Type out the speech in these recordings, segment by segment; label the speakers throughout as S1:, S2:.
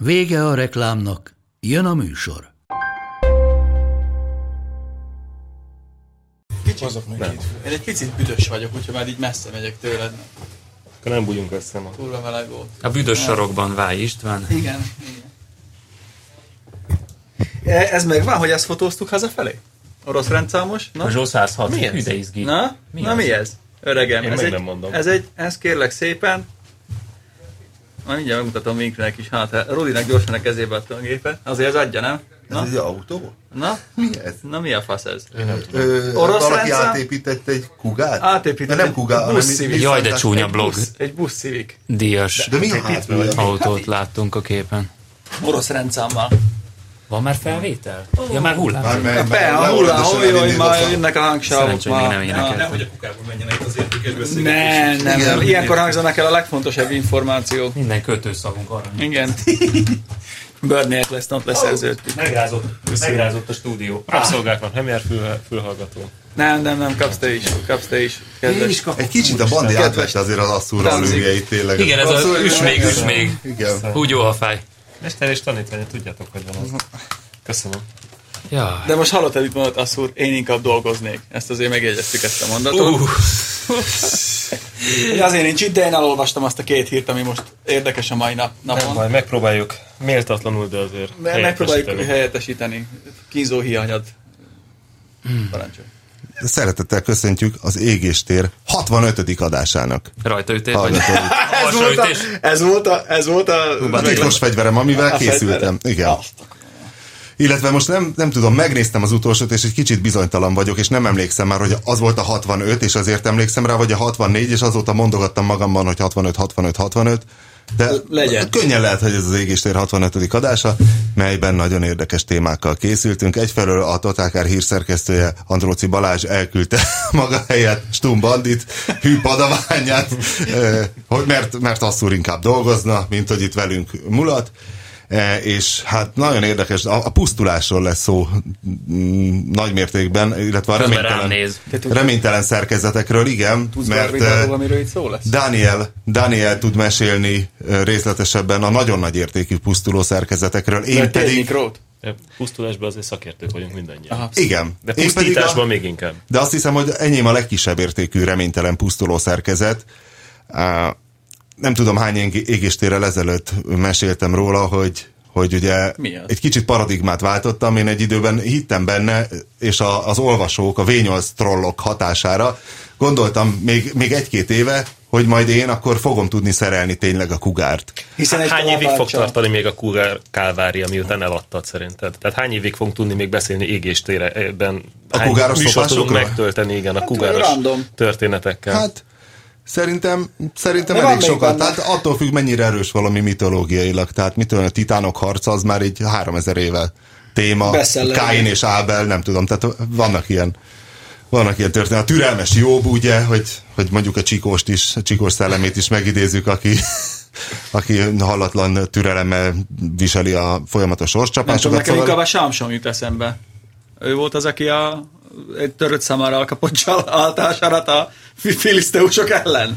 S1: Vége a reklámnak, jön a műsor.
S2: Hozok még
S3: Nem.
S2: két. Én egy picit büdös vagyok, hogyha már így messze megyek tőled, mert
S3: Akkor nem bújunk össze ma.
S2: kurva meleg volt.
S4: A büdös sarokban Váj István.
S2: Igen, igen.
S5: E- Ez megvan, hogy ezt fotóztuk hazafelé? Orosz rendszámos? Na,
S4: A Zsó 106.
S5: Mi ez?
S4: Hű, de izgi.
S5: na, mi, na ez? mi ez? Öregem,
S3: Én
S5: ez
S3: meg
S5: egy,
S3: nem mondom.
S5: ez egy, ez kérlek szépen. Na, mindjárt megmutatom Vinknek is, hát Rudinak gyorsan a kezébe adtam a gépet. Azért ez adja, nem? Na,
S6: Ez egy autó?
S5: na,
S6: Mi ez?
S5: na mi a fasz ez?
S6: Ö,
S5: Orosz
S6: valaki
S5: rendszer?
S6: átépített egy kugát?
S5: Átépített
S6: De nem
S5: egy
S6: kugát, hanem
S5: busz
S6: egy-
S5: civil.
S4: Jaj, de csúnya blog
S5: Busz, egy busz szivik.
S4: díjas
S6: De mi a hátulja?
S4: autót láttunk a képen.
S5: Orosz rendszámmal.
S4: Van már felvétel? Ja, már hullám.
S6: Már- már-
S5: Be,
S6: már
S5: a hullám,
S6: leoldosan
S5: hogy
S6: elindítottam.
S5: már jönnek a hangsávok.
S4: Szerencsé, hogy még nem
S5: már.
S4: énekel.
S5: hogy a kukába menjenek az értékes Ne, nem, nem. Ilyenkor hangzanak el a legfontosabb információk.
S4: Minden kötőszavunk arra.
S5: Igen. Bernie Eccleston leszerződtük.
S4: Megrázott, megrázott a stúdió.
S3: Ah. Rabszolgáknak nem jár fül, fülhallgató.
S5: Nem, nem, nem, kapsz te is, kapsz te is. Kedves.
S6: Egy kicsit a bandi átveste azért az asszúra a lőjeit tényleg.
S4: Igen, ez az üs még, üs még.
S6: Igen.
S4: Húgyó a fáj.
S3: Mester és tanítvány, tudjátok, hogy van az. Köszönöm.
S4: Ja.
S5: De most hallottál, mit mondott Asszúr, én inkább dolgoznék. Ezt azért megjegyeztük ezt a mondatot.
S4: Uh,
S5: Ugye azért nincs itt, de én elolvastam azt a két hírt, ami most érdekes a mai nap,
S3: Nem,
S5: napon.
S3: majd megpróbáljuk. Méltatlanul, de azért
S5: Me- megpróbáljuk
S3: helyettesíteni.
S5: helyettesíteni. Kínzó hiányad.
S3: Hmm.
S5: Parancsolj.
S6: Szeretettel köszöntjük az Égéstér 65. adásának.
S4: rajtaütés vagy?
S6: Hallgatóit.
S4: Alsóütés?
S5: ez volt a, ez volt a,
S6: A titkos fegyverem, amivel készültem. Igen. Illetve most nem, nem tudom, megnéztem az utolsót, és egy kicsit bizonytalan vagyok, és nem emlékszem már, hogy az volt a 65, és azért emlékszem rá, vagy a 64, és azóta mondogattam magamban, hogy 65, 65, 65, de
S5: Legyen.
S6: Hát könnyen lehet, hogy ez az Égéstér 65. adása, melyben nagyon érdekes témákkal készültünk. Egyfelől a Totálkár hírszerkesztője Andróci Balázs elküldte maga helyett Stum Bandit, hű padaványát, eh, hogy mert, mert asszúr inkább dolgozna, mint hogy itt velünk mulat. Eh, és hát nagyon érdekes, a, a pusztulásról lesz szó mm, nagymértékben, illetve a
S4: Közben rám
S6: reménytelen,
S4: néz.
S6: reménytelen szerkezetekről, igen, mert eh,
S5: Mert, amiről itt szó lesz.
S6: Daniel, Daniel tud mesélni ö, részletesebben a nagyon nagy értékű pusztuló szerkezetekről, én pedig...
S5: Rót.
S3: De Pusztulásban azért szakértők vagyunk mindannyian.
S5: Aha.
S6: Igen.
S3: De
S6: én pedig a,
S3: pusztításban még inkább.
S6: de azt hiszem, hogy enyém a legkisebb értékű reménytelen pusztuló szerkezet. Á, Nem tudom hány ég- égéstérrel ezelőtt meséltem róla, hogy hogy ugye
S5: Mi az?
S6: egy kicsit paradigmát váltottam, én egy időben hittem benne, és a, az olvasók, a V8 trollok hatására gondoltam még, még egy-két éve, hogy majd én akkor fogom tudni szerelni tényleg a kugárt.
S5: Hiszen egy
S3: Hány évig fog
S5: kalapáccsal-
S3: tartani még a Kugár Kálvária, miután eladtad szerinted? Tehát hány évig fogunk tudni még beszélni égéstéreben?
S6: A
S3: Hány
S6: kugáros
S3: műsort tudunk
S6: szopásokról?
S3: megtölteni, igen, a
S5: olyan
S3: kugáros
S5: random.
S3: történetekkel.
S6: Hát szerintem, szerintem
S5: De van
S6: elég
S5: még
S6: sokat.
S5: benne.
S6: Tehát attól függ, mennyire erős valami mitológiailag. Tehát mit tudom, a titánok harca az már így 3000 éve téma.
S5: Bestseller.
S6: Káin és Ábel, nem tudom. Tehát vannak ilyen vannak ilyen történet. A türelmes jobb, ugye, hogy, hogy mondjuk a csikóst is, a csikós szellemét is megidézzük, aki, aki hallatlan türelemmel viseli a folyamatos
S5: Nem tudom,
S6: sorscsapásokat. szóval
S5: nekem inkább a Samson jut eszembe. Ő volt az, aki a egy törött számára elkapott csal- áltásárat a fi- filiszteusok ellen.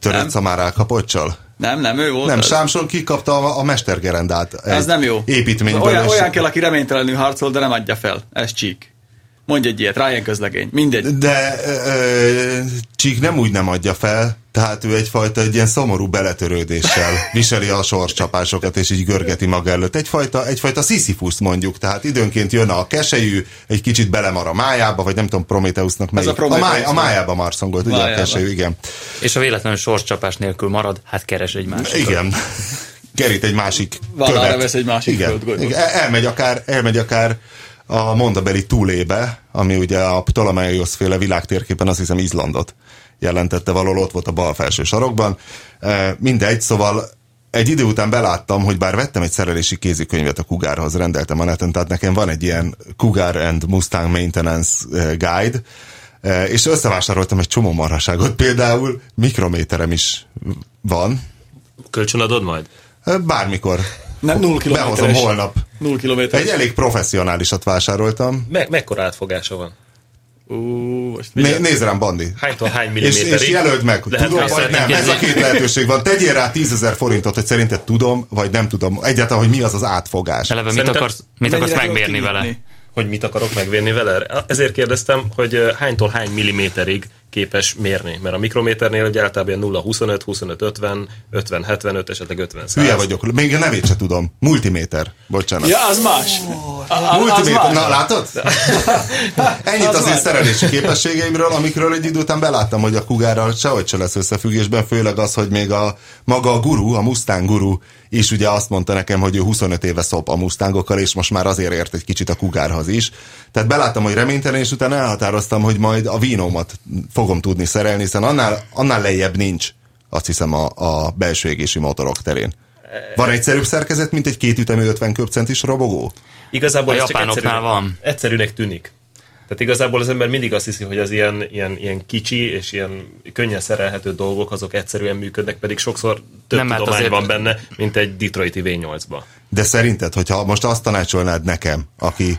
S6: törött szamár elkapocsal.
S5: Nem, nem, ő volt
S6: Nem,
S5: az.
S6: Sámson kikapta a, a mestergerendát.
S5: Ez
S6: egy
S5: nem jó.
S6: Építményből.
S5: Olyan,
S6: és-
S5: olyan kell, aki reménytelenül harcol, de nem adja fel. Ez csík. Mondj egy ilyet, Ryan közlegény. Mindegy.
S6: De ö, Csík nem úgy nem adja fel, tehát ő egyfajta egy ilyen szomorú beletörődéssel viseli a sorscsapásokat, és így görgeti maga előtt. Egyfajta, egyfajta sziszifuszt mondjuk, tehát időnként jön a keselyű, egy kicsit belemar a májába, vagy nem tudom, Prometheusnak melyik.
S5: a Prometheus.
S6: máj, a májába marszagolt, ugye a
S5: Májába.
S6: keselyű, igen.
S4: És ha véletlenül sorscsapás nélkül marad, hát keres egy másikat.
S6: Igen. Kerít egy másik
S5: Vállára
S6: követ.
S5: vesz egy másik
S6: igen.
S5: földgolyót.
S6: igen. El- Elmegy akár, elmegy akár a mondabeli túlébe, ami ugye a Ptolemaiosz féle világtérképen azt hiszem Izlandot jelentette valahol, ott volt a bal felső sarokban. E, Mindegy, szóval egy idő után beláttam, hogy bár vettem egy szerelési kézikönyvet a Kugárhoz, rendeltem a neten, tehát nekem van egy ilyen Kugar and Mustang Maintenance eh, Guide, eh, és összevásároltam egy csomó marhaságot, például mikrométerem is van,
S3: Kölcsönadod majd?
S6: eh, bármikor.
S5: Nem, null kilométeres.
S6: Behozom holnap.
S5: Null kilométeres.
S6: Egy elég professzionálisat vásároltam.
S3: Me- mekkora átfogása van?
S5: Ú, most
S6: Né-
S5: figyelj.
S6: nézd rám, Bandi.
S3: Hánytól hány
S6: És,
S3: milliméterig?
S6: és jelöld meg, hogy
S3: Lehet
S6: tudom vagy nem.
S3: házszentjézni?
S6: Ez a két lehetőség van. Tegyél rá 10.000 forintot, hogy szerinted tudom, vagy nem tudom. Egyáltalán, hogy mi az az átfogás.
S4: Eleve mit
S3: Szerintem
S4: akarsz, mit akarsz
S5: Mennyire tudod
S4: megmérni vele?
S5: kinyitni?
S3: Hogy mit akarok megvenni vele? Ezért kérdeztem, hogy ö, hánytól hány milliméterig képes mérni. Mert a mikrométernél ugye általában 0, 25, 25, 50, 50, 75, esetleg 50, 100.
S6: Hülye vagyok. Még a nevét se tudom. Multiméter. Bocsánat.
S5: Ja, az más. A- a- Az
S6: Multiméter.
S5: más.
S6: Na, látod? Ennyit az én szerelési képességeimről, amikről egy idő után beláttam, hogy a kugárral sehogy se lesz összefüggésben, főleg az, hogy még a maga a guru, a Mustang guru is ugye azt mondta nekem, hogy ő 25 éve szop a Mustangokkal, és most már azért ért egy kicsit a kugárhoz is. Tehát beláttam, hogy reménytelen, és utána elhatároztam, hogy majd a vínomat fogom tudni szerelni, hiszen annál, annál lejjebb nincs azt hiszem a, a belső égési motorok terén. Van egyszerűbb szerkezet, mint egy kétütemű 50 köbcentis robogó?
S3: Igazából
S4: A
S3: ez csak
S4: japánoknál
S3: egyszerűnek-
S4: van.
S3: Egyszerűnek tűnik. Tehát igazából az ember mindig azt hiszi, hogy az ilyen, ilyen, ilyen kicsi és ilyen könnyen szerelhető dolgok, azok egyszerűen működnek, pedig sokszor több
S4: Nem,
S3: nem,
S4: hát
S3: tudomány
S4: azért-
S3: van benne, mint egy Detroiti V8-ba.
S6: De szerinted, hogyha most azt tanácsolnád nekem, aki,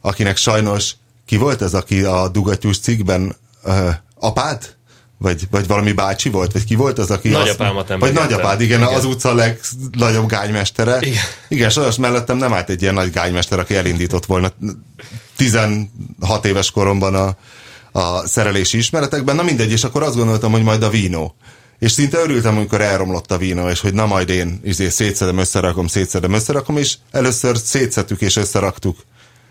S6: akinek sajnos, ki volt ez, aki a dugattyús cikkben ö, apád? Vagy, vagy valami bácsi volt? Vagy ki volt az, aki...
S3: Nagyapámat
S6: azt, Vagy
S3: emlegettem.
S6: nagyapád, igen, igen,
S3: Igen.
S6: az utca legnagyobb gánymestere.
S3: Igen.
S6: igen sajnos mellettem nem állt egy ilyen nagy gánymester, aki elindított volna 16 éves koromban a, a szerelési ismeretekben. Na mindegy, és akkor azt gondoltam, hogy majd a vínó. És szinte örültem, amikor elromlott a vínó, és hogy na majd én izé, szétszedem, összerakom, szétszedem, összerakom, és először szétszedtük és összeraktuk.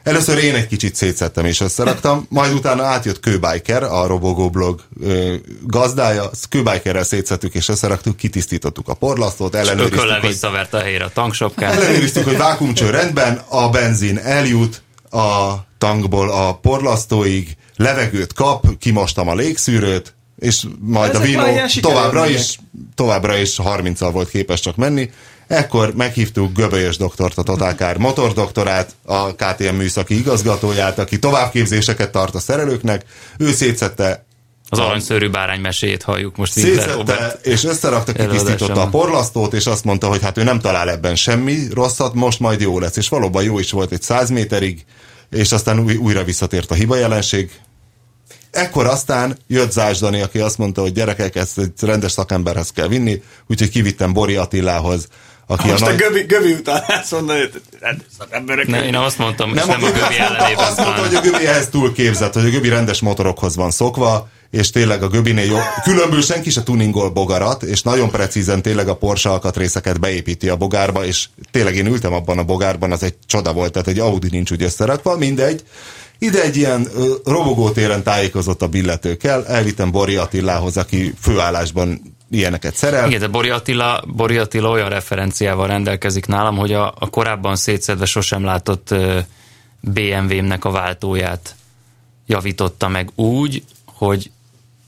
S6: Először én egy kicsit szétszettem és összeraktam, majd utána átjött Kőbiker, a Robogó blog ö, gazdája, Kőbikerrel szétszettük és összeraktuk, kitisztítottuk a porlasztót, ellenőriztük,
S4: Ököllel
S6: hogy Hát-
S4: visszavert a helyére a tanksopkát.
S6: ellenőriztük, hogy vákumcső rendben, a benzin eljut a tankból a porlasztóig, levegőt kap, kimostam a légszűrőt, és majd
S5: Ezek
S6: a vínó
S5: már ilyen sikerélmények.
S6: továbbra is, továbbra is 30-al volt képes csak menni. Ekkor meghívtuk Göbölyös doktort, a Totál Kár motordoktorát, a KTM műszaki igazgatóját, aki továbbképzéseket tart a szerelőknek. Ő szétszette
S4: Az aranyszörű bárány meséjét halljuk most Winkler
S6: Szétszette,
S4: Robert.
S6: és összerakta,
S4: Előadásában.
S6: kitisztította a porlasztót, és azt mondta, hogy hát ő nem talál ebben semmi rosszat, most majd jó lesz. És valóban jó is volt egy 100 méterig, és aztán új, újra visszatért a hiba jelenség. Ekkor aztán jött Zás Dani, aki azt mondta, hogy gyerekek, ezt egy rendes szakemberhez kell vinni, úgyhogy kivittem Bori Attilához, aki
S5: Most
S6: a
S5: a
S6: nagy...
S5: göbi, göbi után ezt mondani, hogy hát, szakemberek.
S4: Ne, én azt mondtam, és nem a
S6: aki-
S4: göbi ellenében
S6: Azt mondta, hogy a
S4: pláne.
S6: Göbi ehhez túl képzett, hogy a Göbi rendes motorokhoz van szokva, és tényleg a Göbinél jobb. Különből senki se tuningol bogarat, és nagyon precízen tényleg a Porsche alkatrészeket beépíti a bogárba, és tényleg én ültem abban a bogárban, az egy csoda volt, tehát egy Audi nincs úgy összerakva, mindegy. Ide egy ilyen ö, robogótéren tájékozott a billetőkkel, elvittem Bori Attilához, aki főállásban ilyeneket szerel.
S4: Igen, de Bori Attila, Bori Attila olyan referenciával rendelkezik nálam, hogy a, a korábban szétszedve sosem látott ö, BMW-mnek a váltóját javította meg úgy, hogy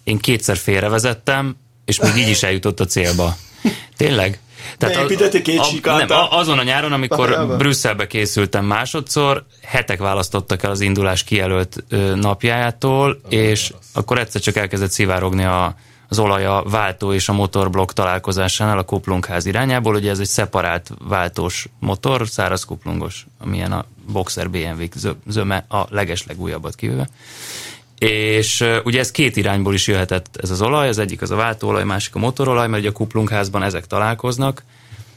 S4: én kétszer félrevezettem, és még így is eljutott a célba. Tényleg?
S5: Beépítette két
S4: a,
S5: sikátát.
S4: nem, a, azon a nyáron, amikor
S5: Valójában.
S4: Brüsszelbe készültem másodszor, hetek választottak el az indulás kijelölt ö, napjájától, és akkor egyszer csak elkezdett szivárogni a, az olaj a váltó és a motorblokk találkozásánál a kuplungház irányából. Ugye ez egy szeparált váltós motor, száraz kuplungos, amilyen a Boxer BMW zö- zöme, a legeslegújabbat kivéve. És ö, ugye ez két irányból is jöhetett ez az olaj, az egyik az a váltóolaj, másik a motorolaj, mert ugye a kuplungházban ezek találkoznak,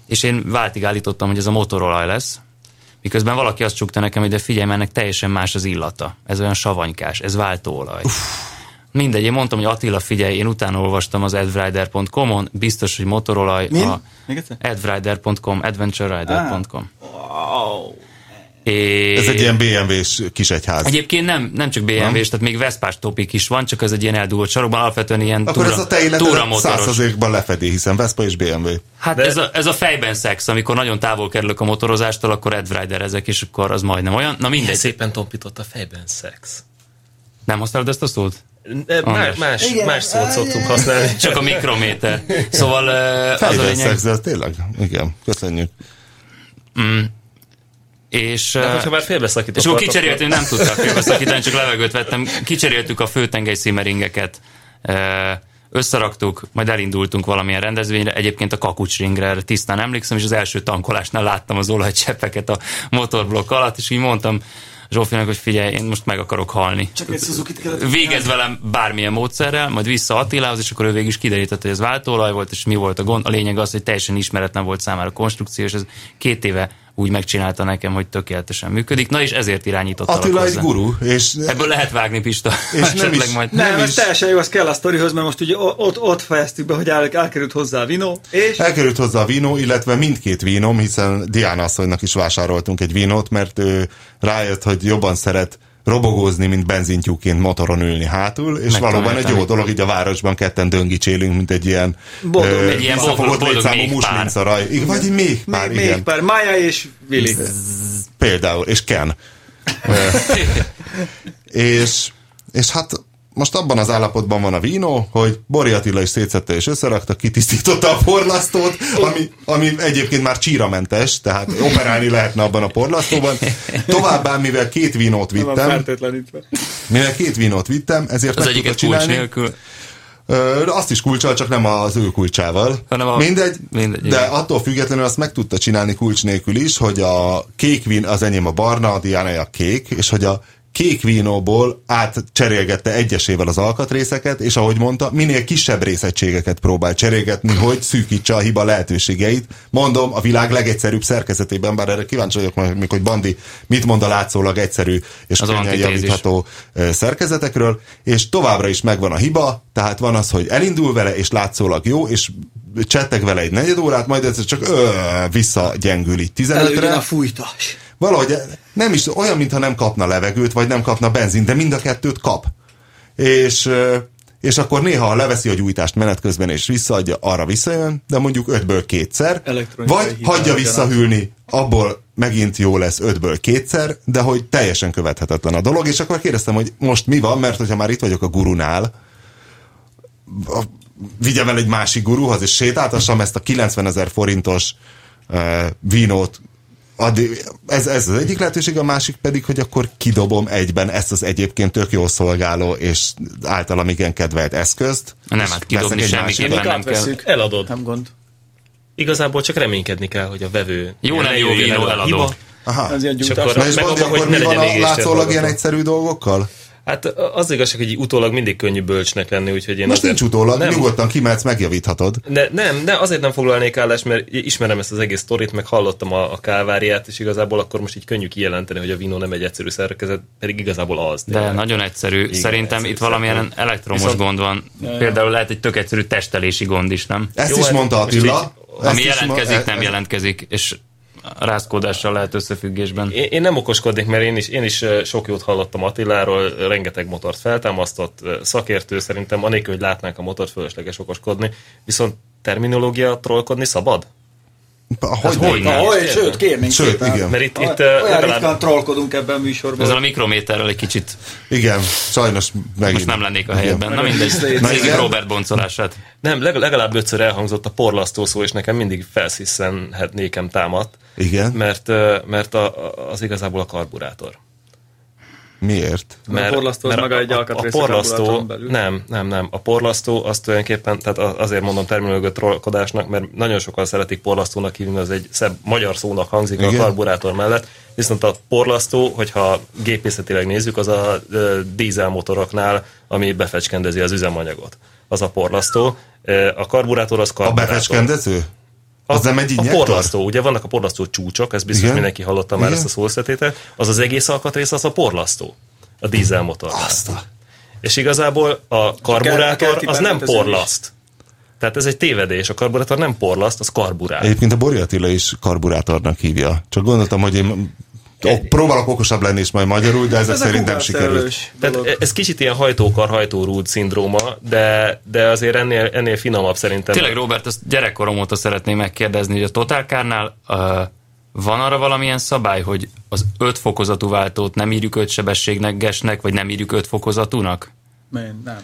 S4: és én váltig állítottam, hogy ez a motorolaj lesz, miközben valaki azt csukta nekem, hogy de figyelj, mert ennek teljesen más az illata. Ez olyan savanykás, ez váltóolaj. Mindegy, én mondtam, hogy Attila, figyelj, én utána olvastam az advrider.com-on, biztos, hogy motorolaj.
S5: Min?
S4: A
S5: Még egyszer?
S4: advrider.com, adventurerider.com.
S5: Wow.
S4: É...
S6: Ez egy ilyen BMW-s kisegyház.
S4: Egyébként nem, nem csak BMW-s, tehát még Veszpás topik is van, csak ez egy ilyen eldugott sarokban, alapvetően ilyen
S6: Akkor
S4: túra,
S6: ez a te
S4: túra
S6: életedet
S4: motoros.
S6: százszerzékban lefedi, hiszen Vespa és BMW.
S4: Hát
S3: De-
S4: ez, a, ez a fejben szex, amikor nagyon távol kerülök a motorozástól, akkor Edvrider ezek, és akkor az majdnem olyan. Na mindegy.
S3: Szépen tompított a fejben szex.
S4: Nem használod ezt a szót?
S3: Más, más, más szót szoktunk használni.
S4: Csak a mikrométer. Szóval ö, az a
S6: Fejben
S4: lényeg.
S6: szex, de az tényleg? Igen, köszönjük.
S4: És,
S3: De
S4: ö,
S3: hogyha már félbeszakítottak.
S4: és akkor
S3: akkor-
S4: kicseréltünk, nem tudtam félbeszakítani, csak levegőt vettem. Kicseréltük a főtengely szímeringeket, ö, összeraktuk, majd elindultunk valamilyen rendezvényre, egyébként a kakucsringre, erre tisztán emlékszem, és az első tankolásnál láttam az olajcseppeket a motorblokk alatt, és így mondtam Zsófinak, hogy figyelj, én most meg akarok halni.
S5: Csak egy Suzuki-t kellett
S4: végez velem bármilyen módszerrel, majd vissza Attilához, és akkor ő végig is kiderített, hogy ez váltóolaj volt, és mi volt a gond. A lényeg az, hogy teljesen ismeretlen volt számára a konstrukció, és ez két éve úgy megcsinálta nekem, hogy tökéletesen működik. Na és ezért irányítottalak
S6: Attila egy
S4: hozzá.
S6: guru, és
S4: Ebből lehet vágni, Pista.
S6: És nem
S4: Esetleg
S6: is-
S4: majd.
S5: Nem,
S6: Nem
S5: nem ez
S6: is.
S5: teljesen jó, az kell a sztorihoz, mert most ugye o- ott, ott fejeztük be, hogy el, elkerült hozzá a vinó, és
S6: elkerült hozzá a vínó, illetve mindkét vínom, hiszen Diana asszonynak is vásároltunk egy vínót, mert ő rájött, hogy jobban szeret robogózni, mint benzintyúként motoron ülni hátul, és
S4: Megtanultam.
S6: valóban egy jó dolog, így a városban ketten döngicsélünk, mint egy ilyen
S5: Boldog,
S6: ö,
S5: egy
S4: ilyen
S6: visszafogott
S4: boldog- boldog
S6: létszámú
S4: méhpár.
S6: muslincaraj. Igen, Vagy egy még pár,
S5: még,
S6: igen.
S5: még pár, Mája és Vili.
S6: Például, és Ken. és, és hát most abban az állapotban van a vínó, hogy Bori Attila is szétszette és összerakta, kitisztította a porlasztót, ami, ami egyébként már csíramentes, tehát operálni lehetne abban a porlasztóban. Továbbá, mivel két vínót
S5: Van
S6: vittem,
S5: fertőtlenítve.
S6: mivel két vínót vittem, ezért
S4: Az
S6: meg tudta
S4: egyiket kulcs
S6: csinálni.
S4: nélkül.
S6: Ö, azt is kulcsal, csak nem az ő kulcsával.
S4: Hanem a-
S6: mindegy,
S4: mindegy,
S6: de
S4: igen.
S6: attól függetlenül azt meg tudta csinálni kulcs nélkül is, hogy a kék vín, az enyém a barna, a diánai a kék, és hogy a kék vínóból átcserélgette egyesével az alkatrészeket, és ahogy mondta, minél kisebb részegységeket próbál cserélgetni, hogy szűkítse a hiba lehetőségeit. Mondom, a világ legegyszerűbb szerkezetében, bár erre kíváncsi vagyok, majd még, hogy Bandi mit mond a látszólag egyszerű és
S4: Az
S6: könnyen
S4: antitézis.
S6: javítható alkotó ö, szerkezetekről, és továbbra is megvan a hiba, tehát van az, hogy elindul vele, és látszólag jó, és csettek vele egy negyed órát, majd ez csak ö, visszagyengül így 15-re.
S5: Előjön a fújtás.
S6: Valahogy eh, nem is olyan, mintha nem kapna levegőt, vagy nem kapna benzint, de mind a kettőt kap. És, ö, és akkor néha ha leveszi a gyújtást menet közben, és visszaadja, arra visszajön, de mondjuk ötből kétszer,
S5: Elektronikai
S6: vagy
S5: hiba
S6: hagyja
S5: ugyanaz.
S6: visszahűlni, abból megint jó lesz ötből kétszer, de hogy teljesen követhetetlen a dolog, és akkor kérdeztem, hogy most mi van, mert hogyha már itt vagyok a gurunál, a- vigyem el egy másik guruhoz, és sétáltassam ezt a 90 ezer forintos uh, vínót. Addig, ez, ez az egyik lehetőség, a másik pedig, hogy akkor kidobom egyben ezt az egyébként tök jó szolgáló és általam igen kedvelt eszközt.
S4: Nem,
S6: és
S4: hát kidobni
S6: veszek egy
S4: semmiképpen
S6: másikat.
S4: nem.
S5: Mikát veszünk?
S3: Eladod.
S5: Nem gond.
S3: Igazából csak reménykedni kell, hogy a vevő...
S4: Jó, nem
S3: ne
S4: jó
S3: jöjjön
S4: vínó
S3: elő a
S4: eladó.
S3: hiba.
S6: Aha.
S5: Ez ilyen
S3: És
S5: gyújtás.
S3: akkor
S6: Na és
S3: meg
S6: Bandi,
S3: abban,
S6: akkor
S3: hogy ne
S6: mi van
S3: legyen
S6: a
S3: égéstér
S6: látszólag ilyen
S3: hallgató.
S6: egyszerű dolgokkal?
S3: Hát az igazság, hogy így utólag mindig könnyű bölcsnek lenni, úgyhogy én
S6: Most
S3: azért...
S6: nincs utólag,
S3: nem,
S6: nyugodtan kimehetsz, megjavíthatod.
S3: ne, nem, ne, azért nem foglalnék állást, mert ismerem ezt az egész sztorit, meg hallottam a, a káváriát, és igazából akkor most így könnyű kijelenteni, hogy a vinó nem egy egyszerű szerkezet, pedig igazából az.
S4: De nagyon egyszerű. Igen, Szerintem
S3: egyszerű,
S4: itt valamilyen
S3: szerintem.
S4: elektromos
S3: Viszont-
S4: gond van. Például lehet egy tök egyszerű testelési gond is, nem?
S6: Ezt
S3: Jó,
S6: is
S3: hát
S6: mondta
S3: most
S6: Attila.
S3: így-
S6: Ezt
S4: Ami
S6: is
S4: jelentkezik,
S6: ma- e-
S4: nem jelentkezik, és rázkódással lehet összefüggésben.
S3: Én, én nem okoskodnék, mert én is, én is ö, sok jót hallottam Attiláról, ö, rengeteg motort feltámasztott, ö, szakértő szerintem, anélkül, hogy látnánk a motort, fölösleges okoskodni. Viszont terminológia trollkodni szabad?
S6: Hát
S3: Hát
S6: Hogy
S4: Hogy
S5: Na,
S4: nem?
S5: hogy, sőt, kérnénk
S6: Sőt,
S5: szépen.
S6: igen.
S3: Mert itt, itt
S5: Itt,
S3: ö,
S5: Olyan
S3: legalább
S5: ritkán trollkodunk ebben a
S4: Ezzel
S5: műsorban.
S4: a mikrométerrel egy kicsit
S6: Igen, sajnos megint.
S4: most nem lennék a helyedben. Na mindegy,
S5: Meg-
S4: nézzük
S6: igen.
S4: Robert boncolását.
S3: Nem, leg- legalább ötször elhangzott a porlasztó szó, és nekem mindig felsziszenhet nékem támadt,
S6: Igen.
S3: mert, ö, mert a, a- az igazából a karburátor.
S6: Miért?
S3: Mert,
S5: porlasztó az maga egy
S3: a, a
S5: alkatrész a
S3: porlasztó,
S5: karburátoron belül.
S3: nem, nem, nem. A porlasztó az tulajdonképpen, tehát a- azért mondom terminológia trollkodásnak, mert nagyon sokan szeretik porlasztónak hívni, az egy szebb magyar szónak hangzik
S6: Igen.
S3: a karburátor mellett, viszont a porlasztó, hogyha gépészetileg nézzük, az a ö, dízelmotoroknál, ami befecskendezi az üzemanyagot. Az a porlasztó. Ö, A karburátor az
S6: A
S3: karburátor.
S6: befecskendező?
S3: A,
S6: Az nem
S3: a
S6: egy injektor?
S3: porlasztó, ugye vannak a porlasztó csúcsok, ez biztos
S6: Igen.
S3: Igen? mindenki hallotta már
S6: Igen.
S3: Igen? ezt a szószetétet, az az egész alkatrész, az a porlasztó, a dízelmotor.
S6: Azt a-
S3: És igazából a
S5: a
S3: karburátor
S5: keleti
S3: az nem
S5: berendezés.
S3: porlaszt. Tehát ez egy tévedés, a karburátor nem porlaszt, az karburát.
S6: Egyébként a Bori Attila is karburátornak hívja. Csak gondoltam, hogy én ó, próbálok okosabb lenni is majd magyarul, de ezek
S5: Ez a
S6: szerint nem
S5: Google
S6: sikerült.
S5: felelős
S3: Tehát
S5: dolog.
S3: e- ez kicsit ilyen hajtókar, hajtórúd szindróma, de, de azért ennél, ennél finomabb szerintem.
S4: Tényleg, Robert, ezt gyerekkorom óta szeretném megkérdezni, hogy a Total Kárnál uh, van arra valamilyen szabály, hogy az öt fokozatú váltót nem írjuk öt sebességnek, gesnek, vagy nem írjuk öt fokozatúnak?
S5: Én nem.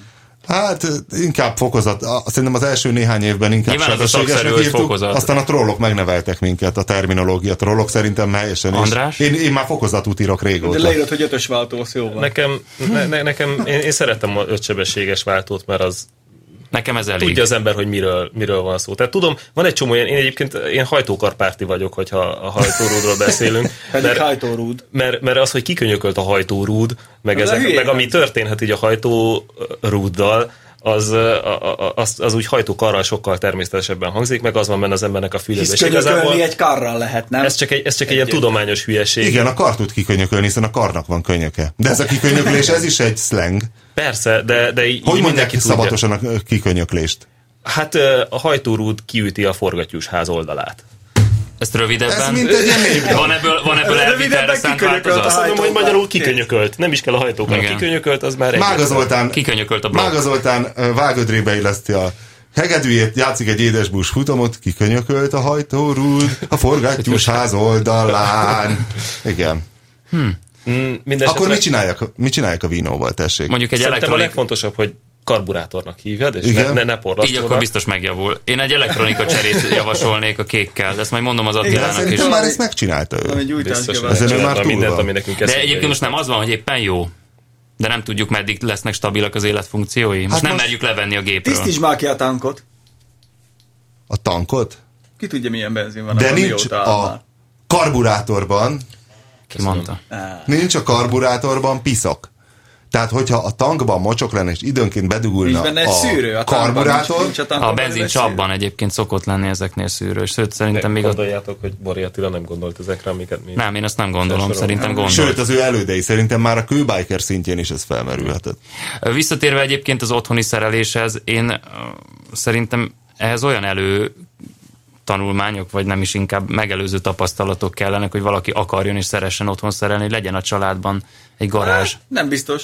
S6: Hát inkább fokozat, a- szerintem az első néhány évben inkább
S4: Nyilván az a
S6: serdességesnek
S4: szakszerű, hogy
S6: írtuk,
S4: fokozat.
S6: aztán a trollok megneveltek minket, a terminológia, a trollok szerintem helyesen is.
S4: András?
S6: Én, én már fokozatút írok
S5: De
S6: régóta.
S5: leírod, hogy ötös váltó, az jó van.
S3: Nekem, ne, ne, nekem én, én szeretem az ötsebességes váltót, mert az
S4: Nekem ez elég.
S3: tudja az ember, hogy miről, miről van szó. Tehát tudom, van egy csomó ilyen, én egyébként én hajtókarpárti vagyok, hogyha a hajtórúdról beszélünk.
S5: Pedig hajtórúd.
S3: mert, mert az, hogy kikönyökölt a hajtórúd, meg,
S5: Na,
S3: ezek,
S5: hülyén
S3: meg ami
S5: nem.
S3: történhet így a hajtórúddal, az, ö, a, a, az, az úgy hajtókarral sokkal természetesebben hangzik, meg az van benne az embernek a fülében.
S5: Hisz
S3: És igazából
S5: könyökölni egy karral lehet, nem?
S3: ez csak egy, ez csak egy ilyen tudományos hülyeség.
S6: Igen, a kar tud kikönyökölni, hiszen a karnak van könyöke. De ez a kikönyöklés, ez is egy slang.
S3: Persze, de, de így
S6: Hogy mondják
S3: mindenki
S6: ki
S3: tudja.
S6: szabatosan a kikönyöklést?
S3: Hát ö, a hajtórúd kiüti a forgattyús ház oldalát.
S4: Ezt rövidebben...
S6: Ez mint egy ilyen népdal.
S4: van ebből, van ebből elvitelre
S5: Rövidebben
S4: szánt
S5: kikönyökölt
S4: változat?
S5: a-
S3: Azt mondom, hogy magyarul kikönyökölt. Nem is kell a hajtókar.
S4: Igen.
S3: Kikönyökölt, az már egy.
S6: Mága Zoltán,
S4: Kikönyökölt a blokk.
S6: Mága Zoltán ö, vágödrébe illeszti a hegedűjét, játszik egy édesbús futamot, kikönyökölt a hajtórúd a forgattyús ház oldalán. Igen.
S3: Minden
S6: Akkor
S3: esetre-
S6: mit csinálják, mit csinálják a vínóval, tessék?
S4: Mondjuk egy
S3: Szerintem a
S4: elektronik...
S3: legfontosabb, hogy karburátornak hívjad, és
S6: Igen.
S3: ne, ne, ne
S4: Így akkor
S3: porlasztónak.
S4: biztos megjavul. Én egy elektronika cserét javasolnék a kékkel, de ezt majd mondom az
S6: De
S4: Attilának is.
S6: Hát szerintem már ezt megcsinálta ő.
S5: Ami egy új tárgyavás.
S6: Ezen ő már túl
S3: mindent,
S6: van.
S3: ami nekünk
S4: De
S3: eszünkbe
S4: egyébként
S3: jut.
S4: most nem az van, hogy éppen jó. De nem tudjuk, meddig lesznek stabilak az életfunkciói. Most
S6: Hát
S4: nem
S6: most-
S4: merjük levenni a gépről.
S5: Tisztítsd már ki a tankot.
S6: A tankot?
S5: Ki tudja, milyen benzin van
S6: De
S5: abban,
S6: nincs
S5: mióta
S6: a
S5: áll.
S6: karburátorban,
S4: Ki mondta?
S6: nincs a karburátorban piszok. Tehát, hogyha a tankban mocsok lenne, és időnként bedugulna
S5: Nincs benne egy
S6: a,
S5: szűrő, a tankban
S6: karburátor,
S5: nincs- nincs tankban
S4: A
S5: benne
S4: benzin
S5: egy szűrő.
S4: csapban egyébként szokott lenni ezeknél szűrős. Sőt, szerintem még a...
S3: Gondoljátok, hogy Bori Attila nem gondolt ezekre, amiket mi...
S4: Nem, én azt nem gondolom,
S3: Felsorolom.
S4: szerintem gondol.
S6: sőt, az ő elődei szerintem már a kőbiker szintjén is ez felmerülhetett.
S4: Visszatérve egyébként az otthoni szereléshez, én ö, szerintem ehhez olyan elő tanulmányok, vagy nem is inkább megelőző tapasztalatok kellenek, hogy valaki akarjon és szeressen otthon szerelni, hogy legyen a családban egy garázs.
S5: Hát, Nem biztos.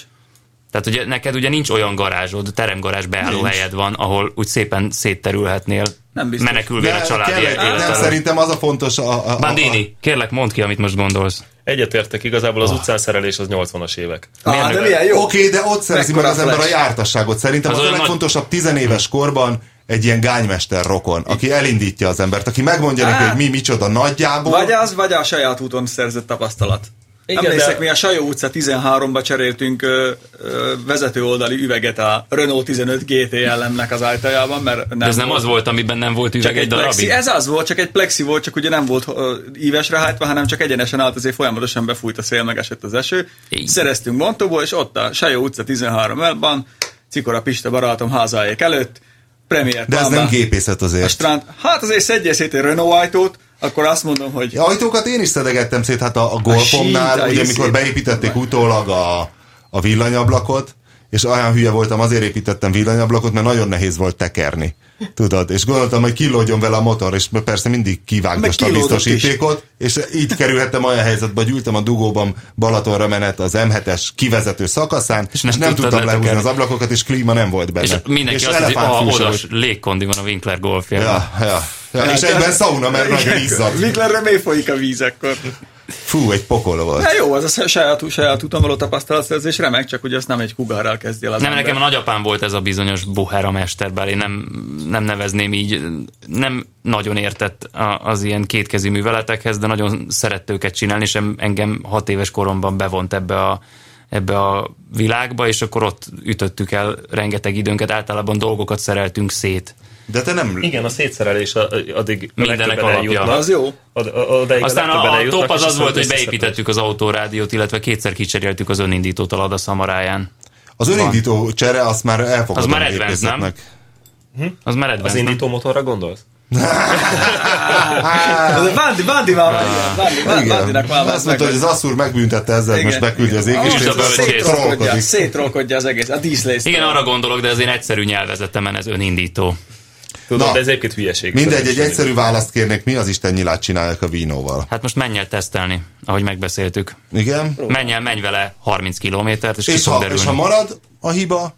S4: Tehát ugye neked ugye nincs olyan garázsod, teremgarázs beálló helyed van, ahol úgy szépen szétterülhetnél,
S5: Nem biztos.
S4: menekülve a
S6: kell
S4: családi
S6: egy- nem,
S4: életelől.
S6: szerintem az a fontos a, a, a, a,
S4: Bandini, kérlek, mondd ki, amit most gondolsz.
S3: Egyetértek, igazából
S4: Ah.
S3: az utcán szerelés az 80-as évek.
S5: Ah, de milyen jó.
S6: Oké, okay, de ott szerzi meg
S5: Mekkora
S6: az ember a
S5: flash.
S6: jártasságot. Szerintem
S4: Az
S6: az, az a
S4: olyan nagy-
S6: legfontosabb tizenéves korban egy ilyen gánymester rokon, aki elindítja az embert, aki megmondja neki,
S5: Á.
S6: hogy mi micsoda nagyjából.
S5: Vagy az, vagy a saját úton szerzett tapasztalat.
S3: Igen,
S5: Igen, Emlékszek,
S3: de-
S5: mi a Sajó utca 13-ba cseréltünk ö, ö, vezető oldali üveget a Renault 15 GT nek az ajtajában, mert nem
S4: De ez nem az volt, amiben nem volt
S5: csak
S4: üveg egy
S5: egy plexi,
S4: darabig?
S5: ez az volt, csak egy plexi volt, csak ugye nem volt ö, ívesre hátva, hanem csak egyenesen állt, azért folyamatosan befújt a szél, megesett az eső.
S4: Így.
S5: Így. Szereztünk Montóból, és ott a Sajó utca 13-ban, Cikora Pista barátom házáék előtt, Premier
S6: de ez
S5: Palma,
S6: nem gépészet
S5: a
S6: azért.
S5: strand, hát azért szedje szét egy Renault ajtót, akkor azt mondom, hogy
S6: Ajtókat én is szedegettem szét, hát a, a
S5: A
S6: golfomnál,
S5: sínta
S6: ugye
S5: is
S6: amikor
S5: szét-
S6: beépítették utólag a, a villanyablakot, és olyan hülye voltam, azért építettem villanyablakot, mert nagyon nehéz volt tekerni. Tudod, és gondoltam, hogy kilódjon vele a motor, és persze mindig kivágdosta a
S5: Meg kilódott is.
S6: biztosítékot, és így kerülhettem olyan helyzetbe, hogy ültem a dugóban Balatonra menet az M7-es kivezető szakaszán, és
S4: nem
S6: nem, nem
S4: tudtad
S6: tudtam lehúzni
S4: letekerni.
S6: az ablakokat, és klíma nem volt benne.
S4: És mindenki azt hiszi,
S6: elefántfülse
S4: a
S6: volt.
S4: odas légkondi van a Winkler golfjában.
S6: Ja, ja, ja. És
S5: Tehát-
S6: egyben szauna, mert nagyon izzadt.
S5: Miklerre mély folyik a víz akkor.
S6: Fú, egy pokol volt.
S5: Na jó, az a saját, saját úton való tapasztalatszerzés remek, csak hogy azt nem egy kugárral kezdél az
S4: Nem,
S5: ember.
S4: nekem a nagyapám volt ez a bizonyos buhera mester, bár én nem, nem nevezném így, nem nagyon értett a, az ilyen kétkezi műveletekhez, de nagyon szerett őket csinálni, és em- engem hat éves koromban bevont ebbe a, ebbe a világba, és akkor ott ütöttük el rengeteg időnket, általában dolgokat szereltünk szét.
S6: De te nem...
S3: Igen, a szétszerelés a- addig a
S4: Mindenek
S3: legtöbben
S4: alapja.
S3: eljutnak.
S5: Az jó.
S3: Ad- a- odaig
S4: Aztán
S3: legtöbben
S4: a, a
S3: eljutnak,
S4: top
S3: hát,
S4: az
S3: és
S4: az
S3: aztán
S4: volt, hogy
S3: visszaszednek.
S4: beépítettük az autórádiót, illetve kétszer kicseréltük az önindítót a Lada szamaráján.
S6: Az önindító csere, azt már elfogadom
S4: Az már advanced,
S6: gépészetnek.
S4: Az már
S3: Az
S4: edvenc,
S3: indító motorra gondolsz?
S5: De Vándi, Vándi már van, igen. Vándi, Vándi,
S6: Hát, Igen.
S5: Vándinak már van.
S6: Azt mondta, hogy az asszúr megbüntette ezzel,
S5: Igen.
S6: most beküldi az
S5: Igen.
S6: égését,
S4: Most a
S6: és
S4: bölcsész.
S6: trollkodik.
S5: Szétrolkodja az egész, a díszlész.
S4: Igen, arra gondolok, de az én egyszerű nyelvezetemen ez önindító.
S3: Tudom,
S6: Na.
S3: de ez egyébként hülyeség.
S6: Mindegy, egy
S3: Szerintem.
S6: egyszerű választ kérnék, mi az Isten nyilát csinálják a vínóval.
S4: Hát most menj el tesztelni, ahogy megbeszéltük.
S6: Igen?
S4: Menj el, menj vele 30 kilométert, és, ki
S6: És
S4: fog
S6: ha, és
S4: derülni.
S6: ha marad a hiba,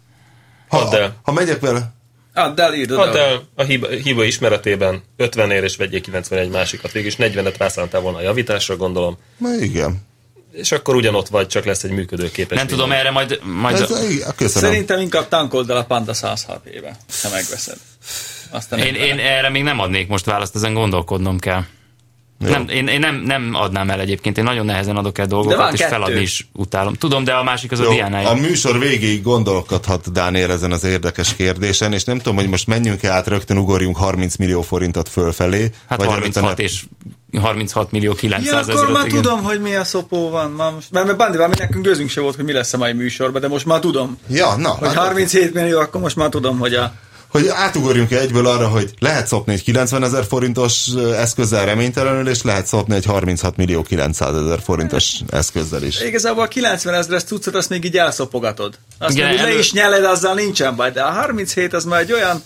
S3: Add
S6: ha,
S3: el.
S6: ha megyek vele,
S5: Add el, Ah, írd
S3: Hát
S5: oda.
S3: el a hiba, hiba ismeretében 50 ér és vegyél 91 másikat, végig is 40-et rászántál volna a javításra, gondolom.
S6: na igen.
S3: és akkor ugyanott vagy, csak lesz egy működőképes.
S4: Nem tudom,
S3: minden.
S4: erre majd... majd
S6: Ez,
S4: a,
S6: a- köszönöm.
S5: Szerintem inkább tankold el a Panda 100 HP-be, ha megveszed. Aztán
S4: én, én erre még nem adnék most választ, ezen gondolkodnom kell. Nem, én, én nem, nem adnám el egyébként, én nagyon nehezen adok el
S5: van
S4: dolgokat, és
S5: kettő.
S4: feladni is utálom. Tudom, de a másik az a
S6: Jó,
S4: Diánája.
S6: a műsor végéig gondolkodhat Dániel ezen az érdekes kérdésen, és nem tudom, hogy most menjünk-e át, rögtön ugorjunk 30 millió forintot fölfelé. e-
S4: Hát 36
S6: előtte ne-
S4: és 36 millió
S5: Ja,
S4: 900
S5: akkor már
S4: ezer.
S5: tudom, hogy milyen szopó van. Már most, mert, mert Bandival mi nekünk gőzünk se volt, hogy mi lesz a mai műsorban, de most már tudom.
S6: Ja, na,
S5: Hogy
S6: hát-
S5: 37 millió, akkor most már tudom, hogy a...
S6: hogy átugorjunk egyből arra, hogy lehet szopni egy 90 ezer forintos ö, eszközzel reménytelenül, és lehet szopni egy 36 millió 900 ezer forintos eszközzel is.
S5: Igazából a 90 ezres cuccot azt még így elszopogatod. Azt
S4: Igen,
S5: Igen, még elő... le
S4: elő-
S5: is nyeled, azzal nincsen baj, de a 37 az már egy olyan,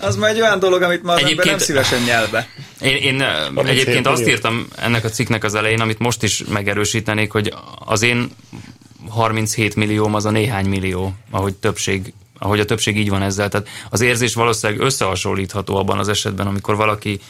S5: az már egy olyan dolog, amit már az ember nem
S4: Egyébként-
S5: szívesen nyel be.
S4: Én, én ö, egyébként azt írtam ennek a cikknek az elején, amit most is megerősítenék, hogy az én 37 millióm az a néhány millió, ahogy többség ahogy a többség így van ezzel. Tehát az érzés valószínűleg összehasonlítható abban az esetben, amikor valaki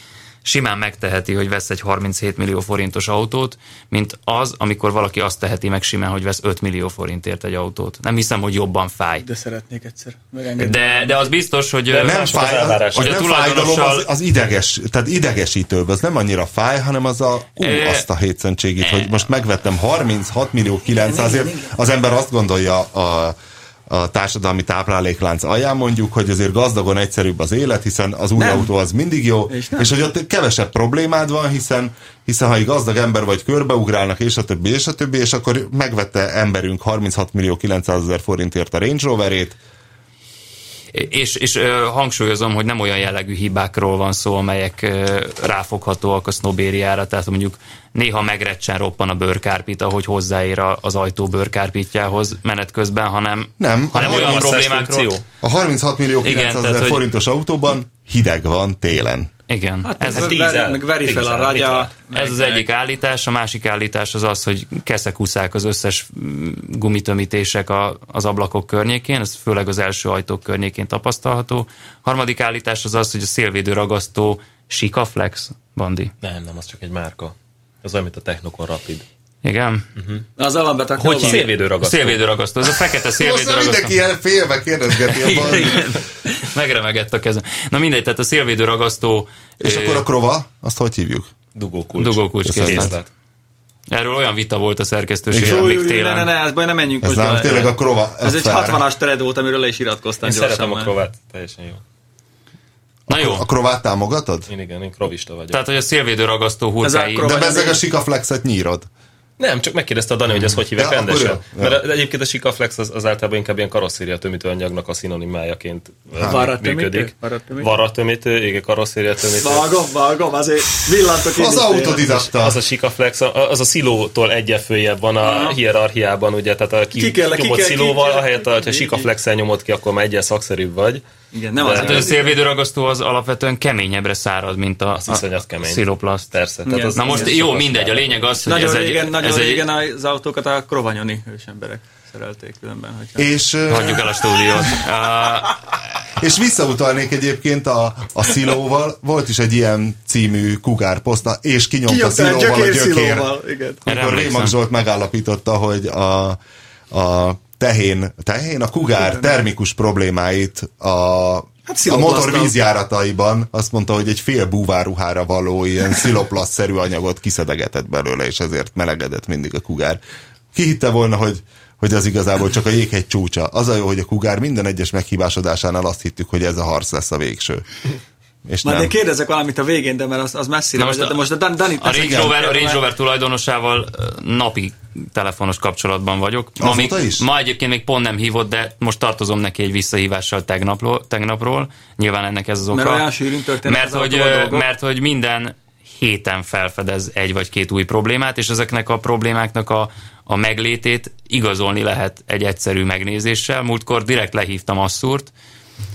S4: simán megteheti, hogy vesz egy 37 millió forintos autót, mint az, amikor valaki azt teheti meg simán, hogy vesz 5 millió forintért egy autót. Nem hiszem, hogy jobban fáj.
S5: De szeretnék egyszer megengedni.
S4: De, de az biztos, hogy... ö,
S6: Nem
S3: mások az
S6: fáj, az,
S3: elvárás.
S6: az
S4: Hogy a
S6: nem fájdalom, az,
S4: tulajdonossal-
S6: az ideges, tehát idegesítőbb, az nem annyira fáj, hanem az a, ú,
S4: Ö,
S6: azt a hétszentségét, hogy most megvettem 36 millió 900 ért, az ember azt gondolja a, a társadalmi tápláléklánc alján mondjuk, hogy azért gazdagon egyszerűbb az élet, hiszen az új
S5: Nem.
S6: autó az mindig jó, és,
S5: És nem.
S6: és hogy ott kevesebb problémád van, hiszen hiszen ha egy gazdag ember vagy, körbeugrálnak, és a többi, és a többi, és akkor megvette emberünk 36 millió 900 ezer forintért a Range Roverét,
S4: És, és ö, hangsúlyozom, hogy nem olyan jellegű hibákról van szó, amelyek ö, ráfoghatóak a sznobériára, tehát mondjuk néha megrecsen roppan a bőrkárpita, hogy hozzáér a- az ajtó bőrkárpitjához menet közben, hanem,
S6: Nem,
S4: hanem
S6: hanem
S4: olyan
S3: masszás
S4: problémákról.
S3: funkció.
S6: A 36 millió
S4: Igen,
S6: 900
S4: tehát,
S6: ezer
S4: hogy-
S6: forintos autóban hideg van télen.
S4: Igen, hát ez,
S5: Ez
S3: tíz
S5: veri-
S3: el.
S5: meg veri fel a
S3: Tíz el, mit
S5: ragya.
S3: lát?
S4: ez az egyik állítás, a másik állítás az az, hogy keszekuszák az összes mm, gumitömítések a, az ablakok környékén, ez főleg az első ajtók környékén tapasztalható. Harmadik állítás az az, hogy a szélvédő ragasztó sikaflex, Bandi.
S3: Nem, nem, az csak egy márka. Az olyan, mint a Technokon Rapid.
S4: Igen?
S5: Az alap betakar.
S3: Hogy szélvédő ragasztó.
S4: Szélvédő ragasztó, ez a fekete
S6: Most
S4: szélvédő
S6: már mindenki
S4: ragasztó.
S6: ilyen félve kérdezgeti a bal.
S4: Megremegett a kezem. Na mindegy, tehát a szélvédő ragasztó
S6: És akkor a krova, azt hogy hívjuk?
S3: Dugókulcs.
S4: Dugókulcs
S3: Készlet.
S4: készlet. erről olyan vita volt a szerkesztőségen még
S5: Új, ne, ne,
S4: télen.
S5: ne, ez baj, ne menjünk
S6: Ez
S5: most
S6: nem
S5: bele.
S6: tényleg a krova.
S5: Ez egy
S6: fel.
S5: 60-as tered volt, amiről le is iratkoztam
S3: Én szeretem a
S5: mert-
S3: krovát, teljesen jó.
S4: Na jó,
S6: A krovát támogatod?
S3: Én igen, én krovista vagyok.
S4: tehát hogy a szélvédő ragasztó
S5: Ez
S4: hurkái...
S5: akkor-
S6: De bezzeg a sikaflexet nyírod.
S3: Nem, csak megkérdezte a Dani, hogy ezt hogy hívják
S6: Ja, akkor
S3: rendesen.
S6: jó.
S3: Mert egyébként a Sikaflex az, az általában inkább ilyen karosszéria tömítőanyagnak a szinonimájaként eh,
S5: Varratömítő?
S3: működik.
S5: Varratömítő?
S3: Varratömítő, igen, karosszéria tömítő.
S5: Vágom, vágom, azért villantok én eh,
S6: Az
S5: is tényleg.
S6: autodidakta.
S3: Az a Sikaflex, a- az a szilótól egyen följebb van a hierarchiában, ugye, tehát a ki,
S5: Ki
S3: ki
S5: kell-
S3: kell,
S5: ki
S3: nyomott
S5: kell- ki
S3: szilóval,
S5: kell-
S3: ahelyett, ha a
S5: így,
S3: Sikaflexen nyomod ki, akkor már egyen szakszerűbb vagy.
S5: Igen, nem
S3: De-
S5: az
S4: Hát a szélvédő ragasztó az alapvetően keményebbre szárad, mint a, a
S3: iszonyat kemény.
S4: sziloplaszt.
S3: Persze. Tehát
S5: Igen.
S3: az,
S4: Na most
S3: az
S4: jó,
S3: sokat
S4: mindegy, a
S3: számít.
S4: lényeg az, hogy ez
S5: Nagyon
S4: egy...
S5: régen, nagyon
S4: ez egy-
S5: régen az autókat a krovanyoni ősemberek szerelték különben. Hogyha...
S6: És, ö,
S4: Hagyjuk el a stúdiót.
S6: és visszautalnék egyébként a, a szilóval. Volt is egy ilyen című kugárposzta, és kinyomta a
S5: Kinyomták
S6: szilóval a gyökér.
S5: szilóval, igen.
S4: Erre
S6: Amikor
S4: emlékszem.
S6: Rémak Zsolt megállapította, hogy a, a tehén, tehén, a kugár termikus problémáit a,
S5: Hát
S6: a
S5: sziloplasztal.
S6: motor vízjárataiban azt mondta, hogy egy fél búváruhára való ilyen sziloplasszerű anyagot kiszedegetett belőle, és ezért melegedett mindig a kugár. Ki hitte volna, hogy hogy az igazából csak a jéghegy csúcsa. Az a jó, hogy a kugár minden egyes meghibásodásánál azt hittük, hogy ez a harc lesz a végső. És
S5: Majd
S6: nem.
S5: én kérdezek valamit a végén, de mert az, az messzire
S4: Na
S5: most,
S4: most
S5: de
S4: a-
S5: most a Dan, Danit
S4: A
S5: teszek
S4: Range,
S5: fel,
S4: Rover, a Range
S5: mert-
S4: Rover tulajdonosával ö, napi telefonos kapcsolatban vagyok. Ma,
S6: Azóta
S4: még-
S6: is?
S4: ma egyébként még pont nem hívott, de most tartozom neki egy visszahívással tegnapról. tegnapról. Nyilván ennek ez az oka.
S5: Mert olyan sűrűn történnek
S4: mert
S5: az
S4: hogy,
S5: autóval
S4: ö,
S5: dolgok.
S4: mert hogy minden héten felfedez egy vagy két új problémát, és ezeknek a problémáknak a, a meglétét igazolni lehet egy egyszerű megnézéssel. Múltkor direkt lehívtam asszúrt,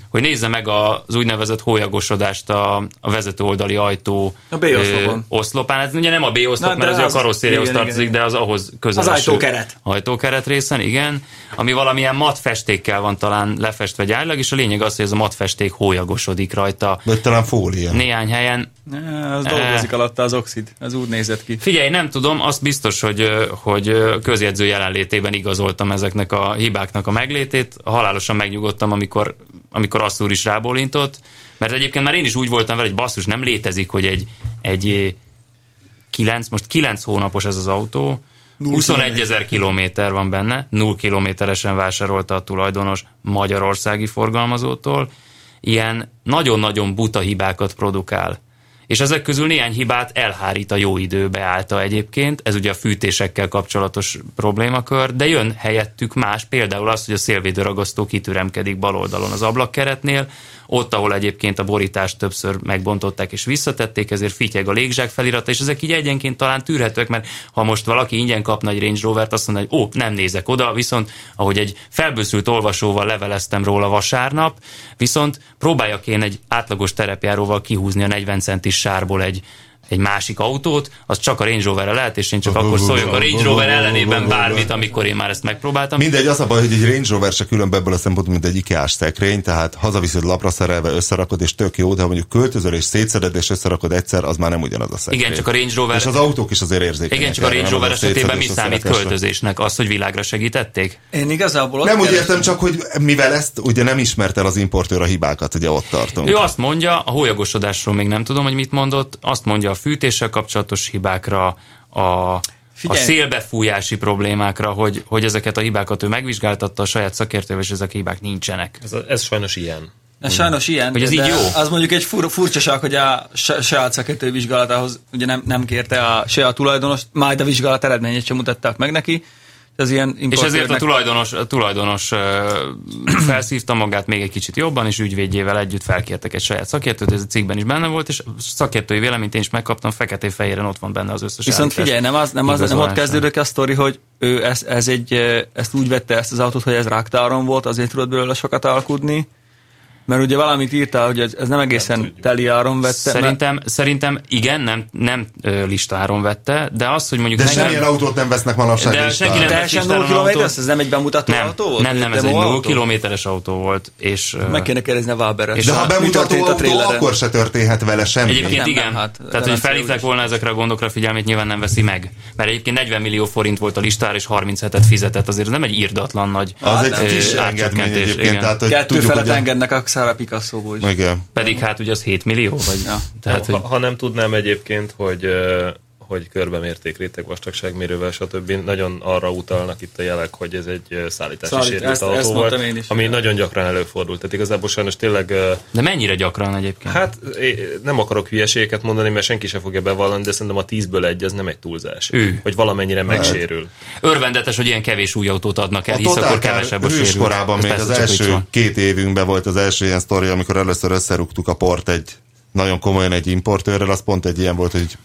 S4: hogy nézze meg az úgynevezett hólyagosodást a, a vezető oldali ajtó
S5: A B oszlopon.
S4: ö, oszlopán. Ez ugye nem a B oszlop,
S5: Na, de
S4: mert az, az
S5: az-
S4: a karosszériához
S5: igen, igen,
S4: tartozik,
S5: igen.
S4: de az ahhoz közel.
S5: Az ajtókeret.
S4: Ajtókeret részen, igen. Ami valamilyen mat festékkel van talán lefestve gyárilag, és a lényeg az, hogy ez a mat festék hólyagosodik rajta
S6: Vagy talán fólia.
S4: néhány helyen.
S5: Ne, az dolgozik alatta az oxid, az úgy nézett ki.
S4: Figyelj, nem tudom, azt biztos, hogy, ö, hogy ö, közjegyző jelenlétében igazoltam ezeknek a hibáknak a meglétét. Halálosan megnyugodtam, amikor, amikor azt úr is rábólintott, mert egyébként már én is úgy voltam vele, hogy basszus, nem létezik, hogy egy, egy ö, kilenc, most kilenc hónapos ez az autó, 21 ezer kilométer van benne, 0 kilométeresen vásárolta a tulajdonos magyarországi forgalmazótól, ilyen nagyon-nagyon buta hibákat produkál. És ezek közül néhány hibát elhárít a jó időbe állta egyébként, ez ugye a fűtésekkel kapcsolatos problémakör, de jön helyettük más, például az, hogy a szélvédőragasztó kitüremkedik bal oldalon az ablakkeretnél, ott, ahol egyébként a borítást többször megbontották és visszatették, ezért fityeg a légzsák felirata, és ezek így egyenként talán tűrhetőek, mert ha most valaki ingyen kapna egy Range Rovert, azt mondja, hogy ó, nem nézek oda, viszont ahogy egy felbőszült olvasóval leveleztem róla vasárnap, viszont próbáljak én egy átlagos terepjáróval kihúzni a 40 centis sárból egy egy másik autót, az csak a Range Roverre lehet, és én csak akkor szóljak a Range Rover ellenében bármit, amikor én már ezt megpróbáltam.
S6: Mindegy, az a baj, hogy egy Range Rover se különb ebből a szempontból, mint egy ikea szekrény, tehát hazaviszed lapra szerelve, összerakod, és tök jó, de ha mondjuk költözöl és szétszeded és összerakod egyszer, az már nem ugyanaz a szekrény.
S4: Igen, csak a Range Rover,
S6: És az autók is azért érzékenyek.
S4: igen, csak a
S6: erre,
S4: Range
S6: nem
S4: Rover
S6: az a
S4: esetében mi
S6: szétszedés, a
S4: számít
S6: szerelkesre.
S4: költözésnek? Az, hogy világra segítették?
S5: Én igazából ott
S6: Nem úgy
S5: keresem-
S6: értem csak, hogy mivel ezt ugye nem ismert el az importőr a hibákat, ugye ott tartunk.
S4: Ő azt mondja, a hólyagosodásról még nem tudom, hogy mit mondott, azt mondja a fűtéssel kapcsolatos hibákra, a, a
S5: Figyelj!
S4: szélbefújási problémákra, hogy, hogy ezeket a hibákat ő megvizsgáltatta a saját szakértővel, és ezek a hibák nincsenek.
S3: Ez, ez sajnos ilyen.
S5: Ez sajnos ilyen.
S4: Hogy ez
S5: de
S4: így jó?
S5: Az mondjuk egy fur, furcsaság, hogy a sa- saját szakértő vizsgálatához ugye nem, nem kérte a, se a tulajdonos, majd a vizsgálat eredményét sem mutatták meg neki. Ez ilyen
S4: És ezért a
S5: importőrnek-
S4: tulajdonos, a tulajdonos ö, felszívta magát még egy kicsit jobban, és ügyvédjével együtt felkértek egy saját szakértőt, ez a cikkben is benne volt, és szakértői véleményt én is megkaptam, feketén-fehéren ott van benne az összes
S5: Viszont
S4: állítás.
S5: figyelj, nem, az, nem, az, nem ott
S4: Igazolása.
S5: kezdődött a sztori, hogy ő ez, ez egy, eh, ezt úgy vette ezt az autót, hogy ez ráktáron volt, azért tudott belőle sokat alkudni. Mert ugye valamit írtál, hogy ez, ez nem egészen nem teli áron vette. mert-
S4: Szerintem, szerintem igen, nem, nem ö, listáron vette, de az, hogy mondjuk...
S6: De
S4: nekem-
S6: semmilyen autót nem vesznek manapság.
S4: De
S6: listára.
S4: senki nem-
S5: Teljesen
S4: Istenem
S5: 0 km,
S4: autó.
S5: ez nem egy bemutató
S4: nem,
S5: autó volt?
S4: nem, nem, ez egy
S5: Demo
S4: 0
S5: autó?
S4: kilométeres autó volt, és... ö,
S5: Meg kéne kérdezni a Waberre.
S4: És
S6: De
S4: Na,
S6: ha
S4: mi
S6: bemutató
S5: történt a
S6: autó,
S5: traileren?
S6: akkor se történhet vele semmi.
S4: Egyébként
S5: Nem,
S4: igen,
S5: nem, hát,
S4: tehát hogy
S5: Ferenc
S4: felhívták
S5: úgyis.
S4: volna ezekre a gondokra figyelmét, nyilván nem veszi meg. Mert egyébként 40 millió forint volt a listára, és 37-et fizetett, azért ez nem egy írdatlan nagy
S6: Az
S4: hát, ö,
S6: egy kis
S4: árcsökkentés,
S6: engedmény egyébként,
S4: igen.
S6: tehát hogy
S5: Kettő
S6: tudjuk,
S5: felet
S6: hogy a-
S5: engednek a Xara Picasso-ból is.
S6: igen.
S4: Pedig hát ugye az 7 millió, vagy...
S5: Ja.
S4: Tehát, hogy
S3: ha, ha nem tudnám egyébként, hogy ö, hogy körbe mérték réteg vastagságmérővel, stb. Nagyon arra utalnak itt a jelek, hogy ez egy ö, szállítási
S5: Szállít-
S3: sérült
S5: ezt-
S3: autó
S5: ezt
S3: volt,
S5: mondtam én is,
S3: ami
S5: igen.
S3: nagyon gyakran előfordult. Tehát igazából sajnos tényleg ö,
S4: de mennyire gyakran egyébként?
S3: Hát é- nem akarok hülyeségeket mondani, mert senki sem fogja bevallani, de szerintem a tízből egy, ez nem egy túlzás.
S4: Ő.
S3: Hogy valamennyire megsérül.
S4: Örvendetes, hogy ilyen kevés új autót adnak el,
S6: A
S4: hisz
S6: Total
S4: akkor
S6: Car
S4: kevesebb a
S6: rűs
S4: sérült.
S6: korában
S4: Ez
S6: még
S4: persze csak
S6: az
S4: így
S6: első
S4: van.
S6: két évünkben volt az első ilyen sztori, amikor először összerúgtuk a port egy nagyon komolyan egy importőrrel, az pont egy ilyen volt, hogy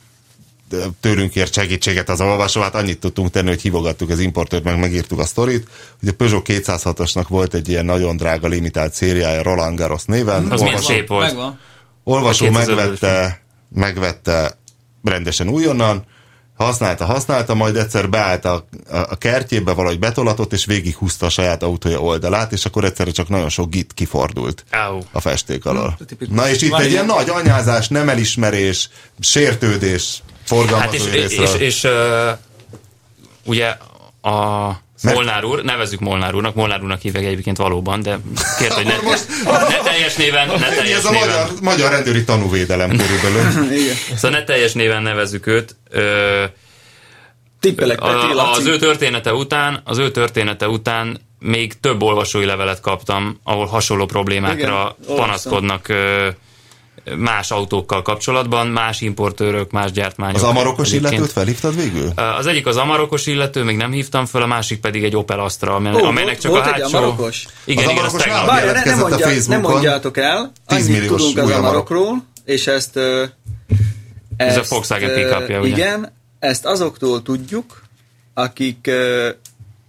S6: tőlünk ért segítséget az olvasó, hát annyit tudtunk tenni, hogy hívogattuk az importőrt, meg megírtuk a sztorit, hogy a Peugeot 206-osnak volt egy ilyen nagyon drága limitált szériája Roland Garros néven.
S4: Az milyen
S6: Olvasó,
S4: szép volt.
S5: Megvan.
S6: olvasó
S4: A 2000-ből
S6: megvette, megvette rendesen újonnan, használta, használta, majd egyszer beállt a, a, a kertjébe, valahogy betolatott, és végighúzta a saját autója oldalát, és akkor egyszerre csak nagyon sok git kifordult
S4: Au.
S6: a festék alól.
S5: tipikus.
S6: Na és itt
S5: Van
S6: egy ilyen
S5: ilyen?
S6: nagy anyázás, nem elismerés, sértődés,
S4: Hát
S6: forgalmazói
S4: és, és,
S6: részről.
S4: és, és ö, ugye a
S6: Mert-
S4: Molnár úr, nevezzük Molnár úrnak, Molnár úrnak hívják egyébként valóban, de kért, hogy ne, ne teljes néven, ne
S6: Ennyi
S4: teljes
S6: ez a
S4: néven.
S6: magyar, magyar rendőri tanúvédelem körülbelül.
S4: Szóval ne teljes néven nevezzük őt. Ö,
S5: Tippelek,
S4: a,
S5: Peti,
S4: a- az
S5: Laci.
S4: ő története után, az ő története után még több olvasói levelet kaptam, ahol hasonló
S5: Igen,
S4: problémákra
S5: olvastam.
S4: panaszkodnak ö, más autókkal kapcsolatban, más importőrök, más gyártmányok.
S6: Az amarokos
S4: Egyébként.
S6: illetőt felhívtad végül?
S4: Az egyik az amarokos illető, még nem hívtam föl, a másik pedig egy Opel Astra, amely,
S5: Ó,
S4: amelynek
S5: volt-
S4: csak
S5: volt
S4: a
S5: egy
S4: hátsó...
S5: amarokos?
S4: Igen,
S6: Az
S4: igen,
S6: amarokos
S4: azt tegnap
S6: nálam?
S5: Várj, ne, nem,
S6: jelentkezett a
S5: mondja, nem
S6: Facebookon.
S5: mondjátok el,
S6: 10
S5: annyit
S6: milliós
S5: tudunk az
S6: új amarok.
S5: amarokról, és ezt, ö,
S4: Ez a Volkswagen
S5: ö,
S4: pickupja, ugye?
S5: Igen, ezt azoktól tudjuk, akik ö,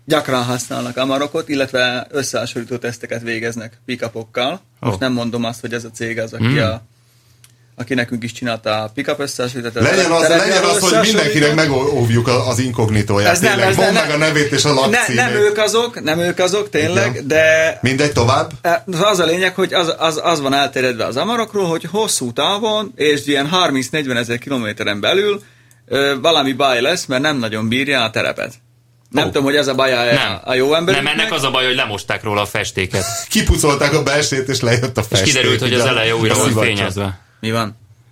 S5: gyakran használnak amarokot, illetve
S4: Oh.
S5: összehasonlító teszteket végeznek pickupokkal. Most
S4: Ó. Hmm.
S5: nem mondom azt, hogy ez a cég az, aki a aki nekünk is csinálta a pickup összehasonlítót.
S6: Legyen az,
S5: terepi
S6: legyen az hogy
S5: összehasonlítót.
S6: mindenkinek megóvjuk a- az inkognitóját.
S5: Ez nem,
S6: Tényleg,
S5: ez
S6: mondd
S5: nem-
S6: meg a nevét és a
S5: ne, nem
S6: lakcímét.
S5: ők azok, nem ők azok, tényleg,
S6: Igen.
S5: de
S6: Mindegy, tovább.
S5: Eh, Az a lényeg, hogy az, az, az van elterjedve az amarokról, hogy hosszú távon és ilyen 30-40 ezer kilométeren belül ö, valami baj lesz, mert nem nagyon bírja a terepet. Nem tudom, hogy ez a baj a,
S4: Nem.
S5: a- a jó ember.
S4: Nem, ennek az a baj, hogy lemosták róla a festéket.
S6: Kipucolták a belsét, és lejött a
S4: És
S6: festék.
S4: kiderült, hogy az
S6: ugye,
S4: eleje
S6: a
S4: újra volt
S6: szivacs.
S4: fényezve.
S5: Mi van?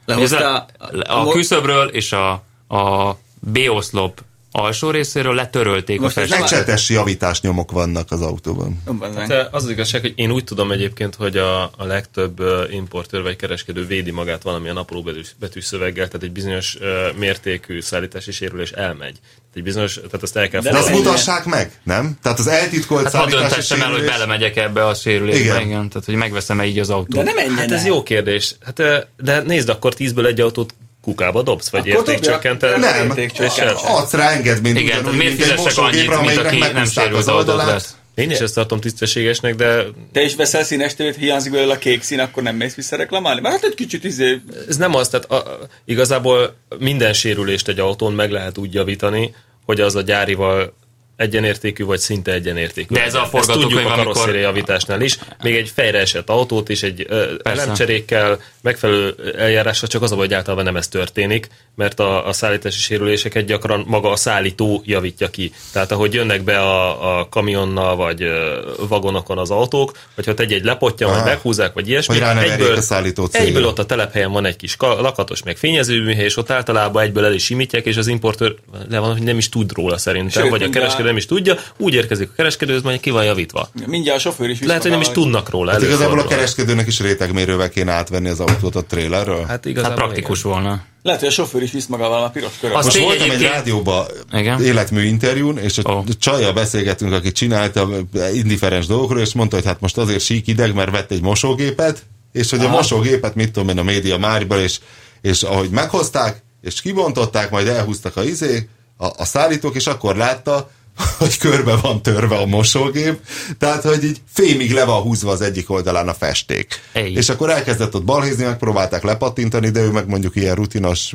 S4: Ez
S5: Lehozta
S4: a, a
S5: mo-
S4: küszöbről és a, a B-oszlop alsó részéről letörölték
S5: Most
S4: a
S5: ez
S4: festéket.
S6: Ecsetes javítás nyomok vannak az autóban.
S5: Ó, bazzánk.
S3: Hát az az igazság, hogy én úgy tudom egyébként, hogy a, a legtöbb ö, importőr vagy kereskedő védi magát valamilyen apró betűs, betűs szöveggel, tehát egy bizonyos ö, mértékű szállítási sérülés elmegy. Tehát, egy bizonyos, tehát azt el kell
S6: De azt
S3: fogadni.
S6: mutassák meg, nem? Tehát az eltitkolt
S4: Hát hadd
S6: szállítási
S4: döntessem el, hogy
S6: sérülés-
S4: belemegyek ebbe a sérülésbe,
S6: Igen.
S4: igen. igen. Tehát, hogy megveszem-e így az autót.
S5: De nem menjen
S3: Hát ez
S5: el.
S3: jó kérdés. Hát, ö, de nézd, akkor tízből egy autót kukába dobsz, vagy
S5: Akkor dobja.
S3: értékcsökkented.
S5: Nem.
S6: Nem,
S5: Értékcsökkentés.
S6: adsz rá engedményt.
S4: Igen,
S6: ugyanúgy,
S4: tehát miért
S6: mint egy
S4: fizessek
S6: mosógépre,
S4: annyit, mint
S6: amelyiknek
S4: aki nem
S6: megúszták
S4: sérült
S6: az Hát
S4: autót
S6: oldalát.
S4: lesz?
S3: Én is ezt tartom tisztességesnek, de
S5: Te is veszel színes tőlét, hiányzik belőle a kék szín, akkor nem mész vissza reklamálni? Mert hát egy kicsit izé...
S3: ez nem az, tehát a, a- igazából minden sérülést egy autón meg lehet úgy javítani, hogy az a gyárival egyenértékű, vagy szinte egyenértékű.
S4: De ez a
S3: Ezt
S4: forgatókönyv,
S3: tudjuk a
S4: amikor-
S3: karosszéria javításnál is, még egy fejre esett autót is, egy ö,
S4: Persze.
S3: elemcserékkel, megfelelő eljárásra, csak az a baj, hogy általában nem ez történik, mert a, a szállítási sérüléseket gyakran maga a szállító javítja ki. Tehát ahogy jönnek be a, a kamionnal, vagy ö, vagonokon az autók, hogyha egy-egy lepotja, majd
S6: Aha.
S3: meghúzzák, vagy ilyesmi,
S6: Hogy rá ne verjék a szállító céget.
S3: egyből ott a telephelyen van egy kis ka- lakatos, meg fényezőműhely, és ott általában egyből el is simítják, és az importőr le van, hogy nem is tud róla
S5: Sőt,
S3: szerintem, vagy a
S5: mindjárt-
S3: kereskedő nem is tudja, úgy érkezik a kereskedőhöz, majd ki van javítva.
S5: Mindjárt a sofőr is
S3: Lehet, hogy nem is
S5: visszavál,
S3: tudnak róla.
S6: Hát
S3: előfordul.
S6: igazából a kereskedőnek is rétegmérővel kéne átvenni az autót a trélerről.
S3: Hát
S4: Hát
S3: igazából
S4: praktikus volna.
S5: Lehet, hogy a sofőr is visz magával a piros köröt.
S4: Azt
S6: Most
S4: tény
S6: voltam egy
S4: egyébként-
S6: rádióban
S4: Igen.
S6: életmű interjún, és a
S4: Ó.
S6: oh. csajjal beszélgettünk, aki csinálta indiferens dolgokról, és mondta, hogy hát most azért sík ideg, mert vett egy mosógépet, és hogy Aha. a mosógépet, mit tudom én, a média márból, és, és ahogy meghozták, és kibontották, majd elhúztak a izé, a, a szállítók, és akkor látta, hogy körbe van törve a mosógép, tehát, hogy így fémig le van húzva az egyik oldalán a festék.
S4: Ej.
S6: És akkor elkezdett ott balhézni, megpróbálták lepattintani, de ő meg mondjuk ilyen rutinos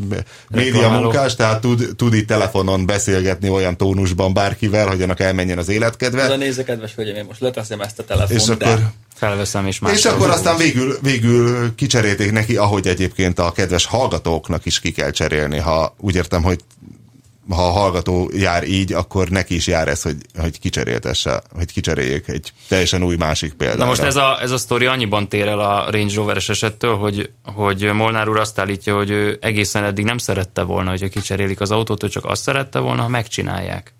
S6: média
S4: Reklamáló.
S6: munkás, tehát tud, tud itt telefonon beszélgetni olyan tónusban bárkivel, hogy annak elmenjen az
S5: De
S6: életkedve.
S5: nézze, kedves hölgyem, én most leteszem ezt a
S6: És
S5: telefont,
S6: akkor,
S5: de...
S4: Felveszem és más.
S6: és akkor aztán végül, végül kicserélték neki, ahogy egyébként a kedves hallgatóknak is ki kell cserélni, ha úgy értem, hogy ha a hallgató jár így, akkor neki is jár ez, hogy, hogy kicseréltesse, hogy kicseréljék egy teljesen új másik példára.
S4: Na most ez a, ez a sztori annyiban tér el a Range Rover-es esettől, hogy, hogy Molnár úr azt állítja, hogy ő egészen eddig nem szerette volna, hogyha kicserélik az autót, ő csak azt szerette volna, ha megcsinálják.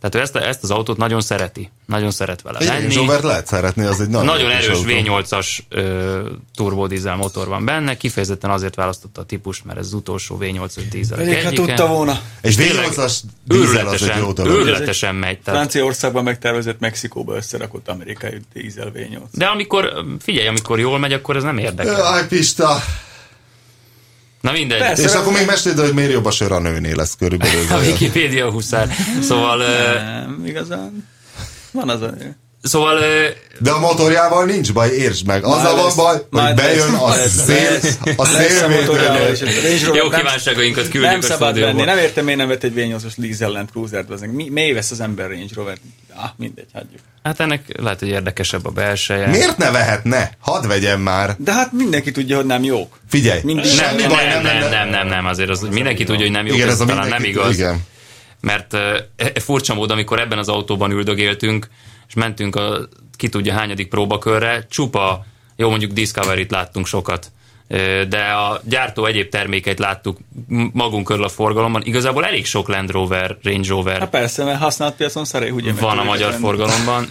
S4: Tehát ő ezt, a- ezt az autót nagyon szereti. Nagyon szeret vele
S6: egy
S4: lenni.
S6: Range Rover lehet szeretni, az egy nagyon,
S4: Nagyon
S6: jó kis
S4: erős
S6: autó.
S4: V8-as ö, turbodizel motor van benne, kifejezetten azért választotta a típust, mert ez az utolsó V8-as dízel.
S5: Pedig ha tudta volna.
S6: Egy
S4: Tényleg,
S6: V8-as dízel az egy jó
S4: Őrületesen,
S6: dolog.
S4: őrületesen megy. Tehát.
S5: Franciaországban megtervezett Mexikóba összerakott amerikai dízel V8.
S4: De amikor, figyelj, amikor jól megy, akkor ez nem érdekel.
S6: Aj, Pista!
S4: Na mindegy.
S5: Persze.
S6: És akkor még meséld, hogy miért jobb a sör a nőnél lesz körülbelül.
S4: A Wikipédia huszár. Szóval, ö,
S5: Nem, igazán. Van az a...
S4: szóval ö,
S6: De a motorjával nincs baj, értsd meg. Az
S5: Már
S6: a van
S5: lesz-
S6: baj,
S5: már
S6: hogy bejön
S5: lesz-
S6: a
S5: lesz-
S6: szél,
S5: lesz-
S6: a
S5: lesz a motorjával
S6: szélvédőnő.
S5: is. Range Rover
S4: jó
S5: nem-
S4: kívánságainkat küldjük
S5: Nem
S4: a
S5: szabad venni,
S4: stúdióba.
S5: nem értem, miért nem vett egy V8-os Diesel Land Cruiser-t. bazeg. Mi, mi vesz az ember Range Rover? Ah, mindegy, hagyjuk.
S4: Hát ennek lehet, hogy érdekesebb a belseje.
S6: Miért ne vehetne? Hadd vegyem már.
S5: De hát mindenki tudja, hogy nem jók.
S6: Figyelj,
S5: Mindig.
S4: Nem,
S6: semmi
S4: nem,
S6: baj,
S4: nem, nem, nem, nem, nem, azért az, mindenki tudja, hogy nem jó,
S6: Igen,
S4: ez
S6: ez a
S4: talán nem
S6: mindenki,
S4: igaz.
S6: Igen.
S4: mert ö, e, furcsa módon, amikor ebben az autóban üldögéltünk, és mentünk a ki tudja hányadik próbakörre, csupa, jó mondjuk Discovery-t láttunk sokat, Ö, de a gyártó egyéb termékeit láttuk m- magunk körül a forgalomban. Igazából elég sok Land Rover, Range
S5: Hát
S4: Rover
S5: persze, mert használt piacon szaré, ugye?
S4: van a magyar forgalomban.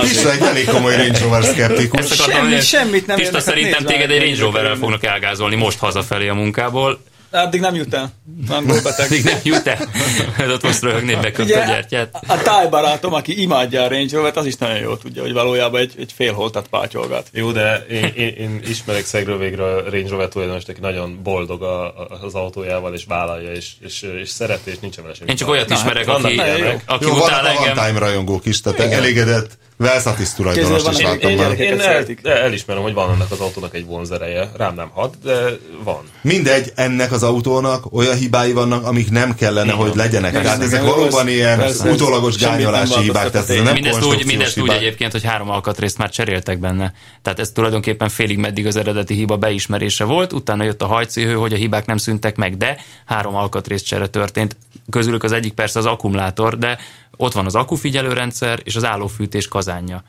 S6: Pista egy elég komoly Range Rover
S4: Ezt
S6: szkeptikus.
S4: akartam
S5: Semmi-
S4: mondani,
S5: semmit nem
S4: Pista,
S5: érdekel,
S4: szerintem
S5: nézd
S4: téged
S5: már,
S4: egy Range
S5: nézd
S4: Roverrel
S5: körülnél.
S4: fognak elgázolni most hazafelé a munkából.
S5: Addig nem jut el. Nem volt beteg.
S4: Még nem jut el. Hát Ott most röhögné beköpte a gyertyát.
S5: a táj barátom, aki imádja a Range Rover-t, az is nagyon jól tudja, hogy valójában egy, egy félholtat pátyolgat.
S3: Jó, de én, én, én ismerek szegről végre a Range Rover tulajdonost, aki nagyon boldog a, a, az autójával, és vállalja, és, és, és szereti, és nincs vele semmi
S4: Én csak
S3: baj.
S5: hát
S4: olyat ismerek,
S3: vannak
S4: aki,
S3: ilyenek.
S4: aki
S6: Jó,
S4: utál
S6: vannak a
S4: engem.
S6: van time rajongók is, tehát elégedett Velsatis tulajdonost
S5: Kézzel
S6: is
S5: van egy-
S6: láttam
S5: egy-
S6: már.
S5: egy-
S3: Én el,
S5: szeretik.
S3: elismerem, hogy van ennek az autónak egy vonzereje. Rám nem hat, de van.
S6: Mindegy, ennek az autónak olyan hibái vannak, amik nem kellene, hogy legyenek.
S5: Igen,
S6: Tehát
S5: igen,
S6: ezek
S5: igen,
S6: valóban
S5: az-
S6: ilyen
S5: persze.
S6: utólagos
S5: Semmit nem
S6: gányolási hibák, tehát
S5: változtat
S6: ez
S5: a
S6: nem
S4: Mindezt úgy,
S6: konstrukciós
S4: mindezt úgy
S6: hibák.
S4: egyébként, hogy három alkatrészt már cseréltek benne. Tehát ez tulajdonképpen félig meddig az eredeti hiba beismerése volt, utána jött a hajcihő, hogy a hibák nem szűntek meg, de három alkatrész csere történt. Közülük az egyik persze az akkumulátor, de ott van az akkufigyelőrendszer és az állófűtés kazánja.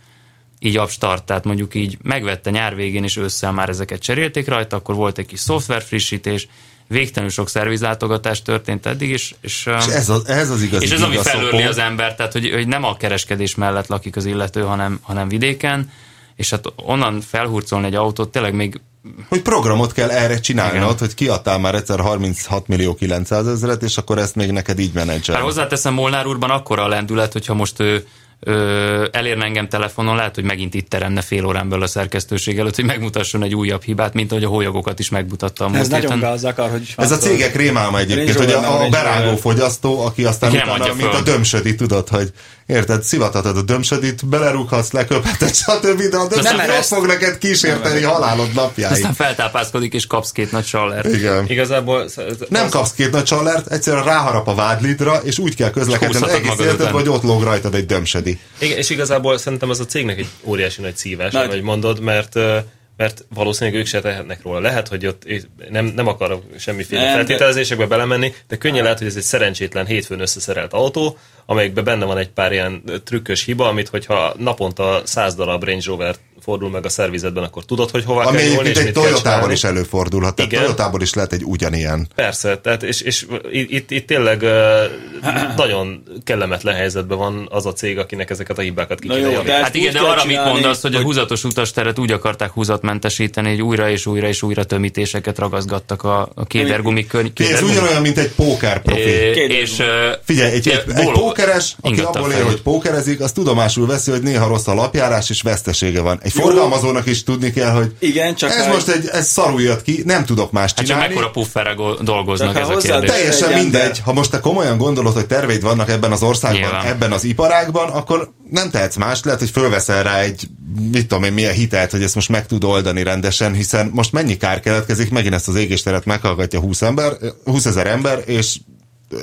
S4: Így upstart, tehát mondjuk így megvette nyár végén és ősszel már ezeket cserélték rajta, akkor volt egy kis szoftver frissítés, végtelenül sok szervizlátogatás történt eddig is, és,
S6: És ez az, ez az igazi
S4: és ez, ami
S6: gigaszopó.
S4: felőli az ember, tehát hogy, hogy nem a kereskedés mellett lakik az illető, hanem, hanem vidéken, és hát onnan felhurcolni egy autót, tényleg még
S6: Hogy programot kell erre csinálnod,
S4: Igen.
S6: hogy kiadtál már egyszer 36 millió 900 ezeret, és akkor ezt még neked így
S4: Hát
S6: menedzselni.
S4: hozzáteszem Molnár úrban akkora a lendület, hogyha most ő, ő elérne engem telefonon, lehet, hogy megint itt teremne fél órán belül a szerkesztőség előtt, hogy megmutasson egy újabb hibát, mint ahogy a holyagokat is megmutatta a
S5: Ez
S4: múlt
S5: nagyon
S4: héten.
S5: gáz akar, hogy is
S6: Ez a
S5: válaszol.
S6: cégek rémálma egyébként,
S5: Range
S6: hogy
S5: Rover,
S6: a, a
S5: nem Range
S6: berágó
S5: Rover.
S6: fogyasztó, aki aztán
S4: Aki nem
S6: utána,
S4: adja
S6: mint
S4: föl.
S6: a dömsödi, tudod, hogy érted, szivatatod a dömsödit, belerúghatsz, leköpheted, stb. De a dömsödi ott
S5: ereszt.
S6: fog neked kísérteni halálod napjáig.
S4: Aztán feltápászkodik, és kapsz két nagy sallert.
S6: Igen.
S3: Igazából...
S6: Nem kapsz két nagy csallert, egyszerűen ráharap a vádlidra, és úgy kell közlekedned
S4: húzhatod
S6: egész
S4: magad
S6: életed,
S4: után.
S6: vagy ott lóg rajtad egy dömsödi.
S3: Igen, és igazából szerintem ez a cégnek egy óriási nagy szívás,
S5: Nagy.
S3: ahogy mondod, mert ö, mert valószínűleg ők se tehetnek róla. Lehet, hogy ott és nem, nem akarok semmiféle
S5: Nem,
S3: nem,
S5: de-
S3: feltételezésekbe belemenni, de könnyen lehet, hogy ez egy szerencsétlen hétfőn összeszerelt autó, amelyikben benne van egy pár ilyen ö, trükkös hiba, amit hogyha naponta száz darab Range Rover fordul meg a szervizetben, akkor tudod, hogy hova
S6: Ami
S3: kell nyúlni,
S6: egyébként
S3: és
S6: egy
S3: mit kell
S6: Toyotával
S3: csinálni.
S6: is előfordulhat, tehát
S3: Igen.
S6: Toyotából is lehet egy ugyanilyen.
S3: Persze, tehát és, és itt- itt, itt tényleg ö, nagyon kellemetlen helyzetben van az a cég, akinek ezeket a hibákat ki
S5: Na
S3: kell
S5: jó,
S3: javítani.
S5: de ezt
S4: Hát igen,
S5: úgy
S4: de
S5: kell
S4: arra mit
S5: csinálni,
S4: mondasz, hogy a húzatos utasteret úgy akarták húzatmentesíteni, hogy újra és újra és újra tömítéseket ragaszgattak a, a kédergumik körny.
S6: Ez
S4: kédergumik-
S6: ugyanolyan, mint egy póker profi.
S4: Ö,
S5: Kédergumi.
S4: És, ö,
S6: Figyelj, egy, egy, egy
S4: bólog-
S6: pókeres, aki
S4: ingattan
S6: abból él,
S4: fejű.
S6: hogy pókerezik, az tudomásul veszi, hogy néha rossz a lapjárás és vesztesége van. Egy forgalmazónak is tudni kell, hogy
S5: Igen, csak
S6: ez
S5: ha-
S6: most egy, ez szarul jött ki, nem tudok más
S4: Hát csak
S6: csinálni.
S4: mekkora pufferre go- dolgoznak
S5: Csak ha
S4: ez a
S5: hozzá-
S4: kérdés.
S5: Te-
S6: Teljesen
S5: Egy
S6: mindegy,
S5: ember.
S6: ha most te komolyan gondolod, hogy terveid vannak ebben az országban,
S4: Nyilván.
S6: ebben az iparágban, akkor nem tehetsz más, lehet, hogy fölveszel rá egy, mit tudom én, milyen hitelt, hogy ezt most meg tud oldani rendesen, hiszen most mennyi kár keletkezik, megint ezt az égésteret meghallgatja 20 ember, 20 ezer ember, és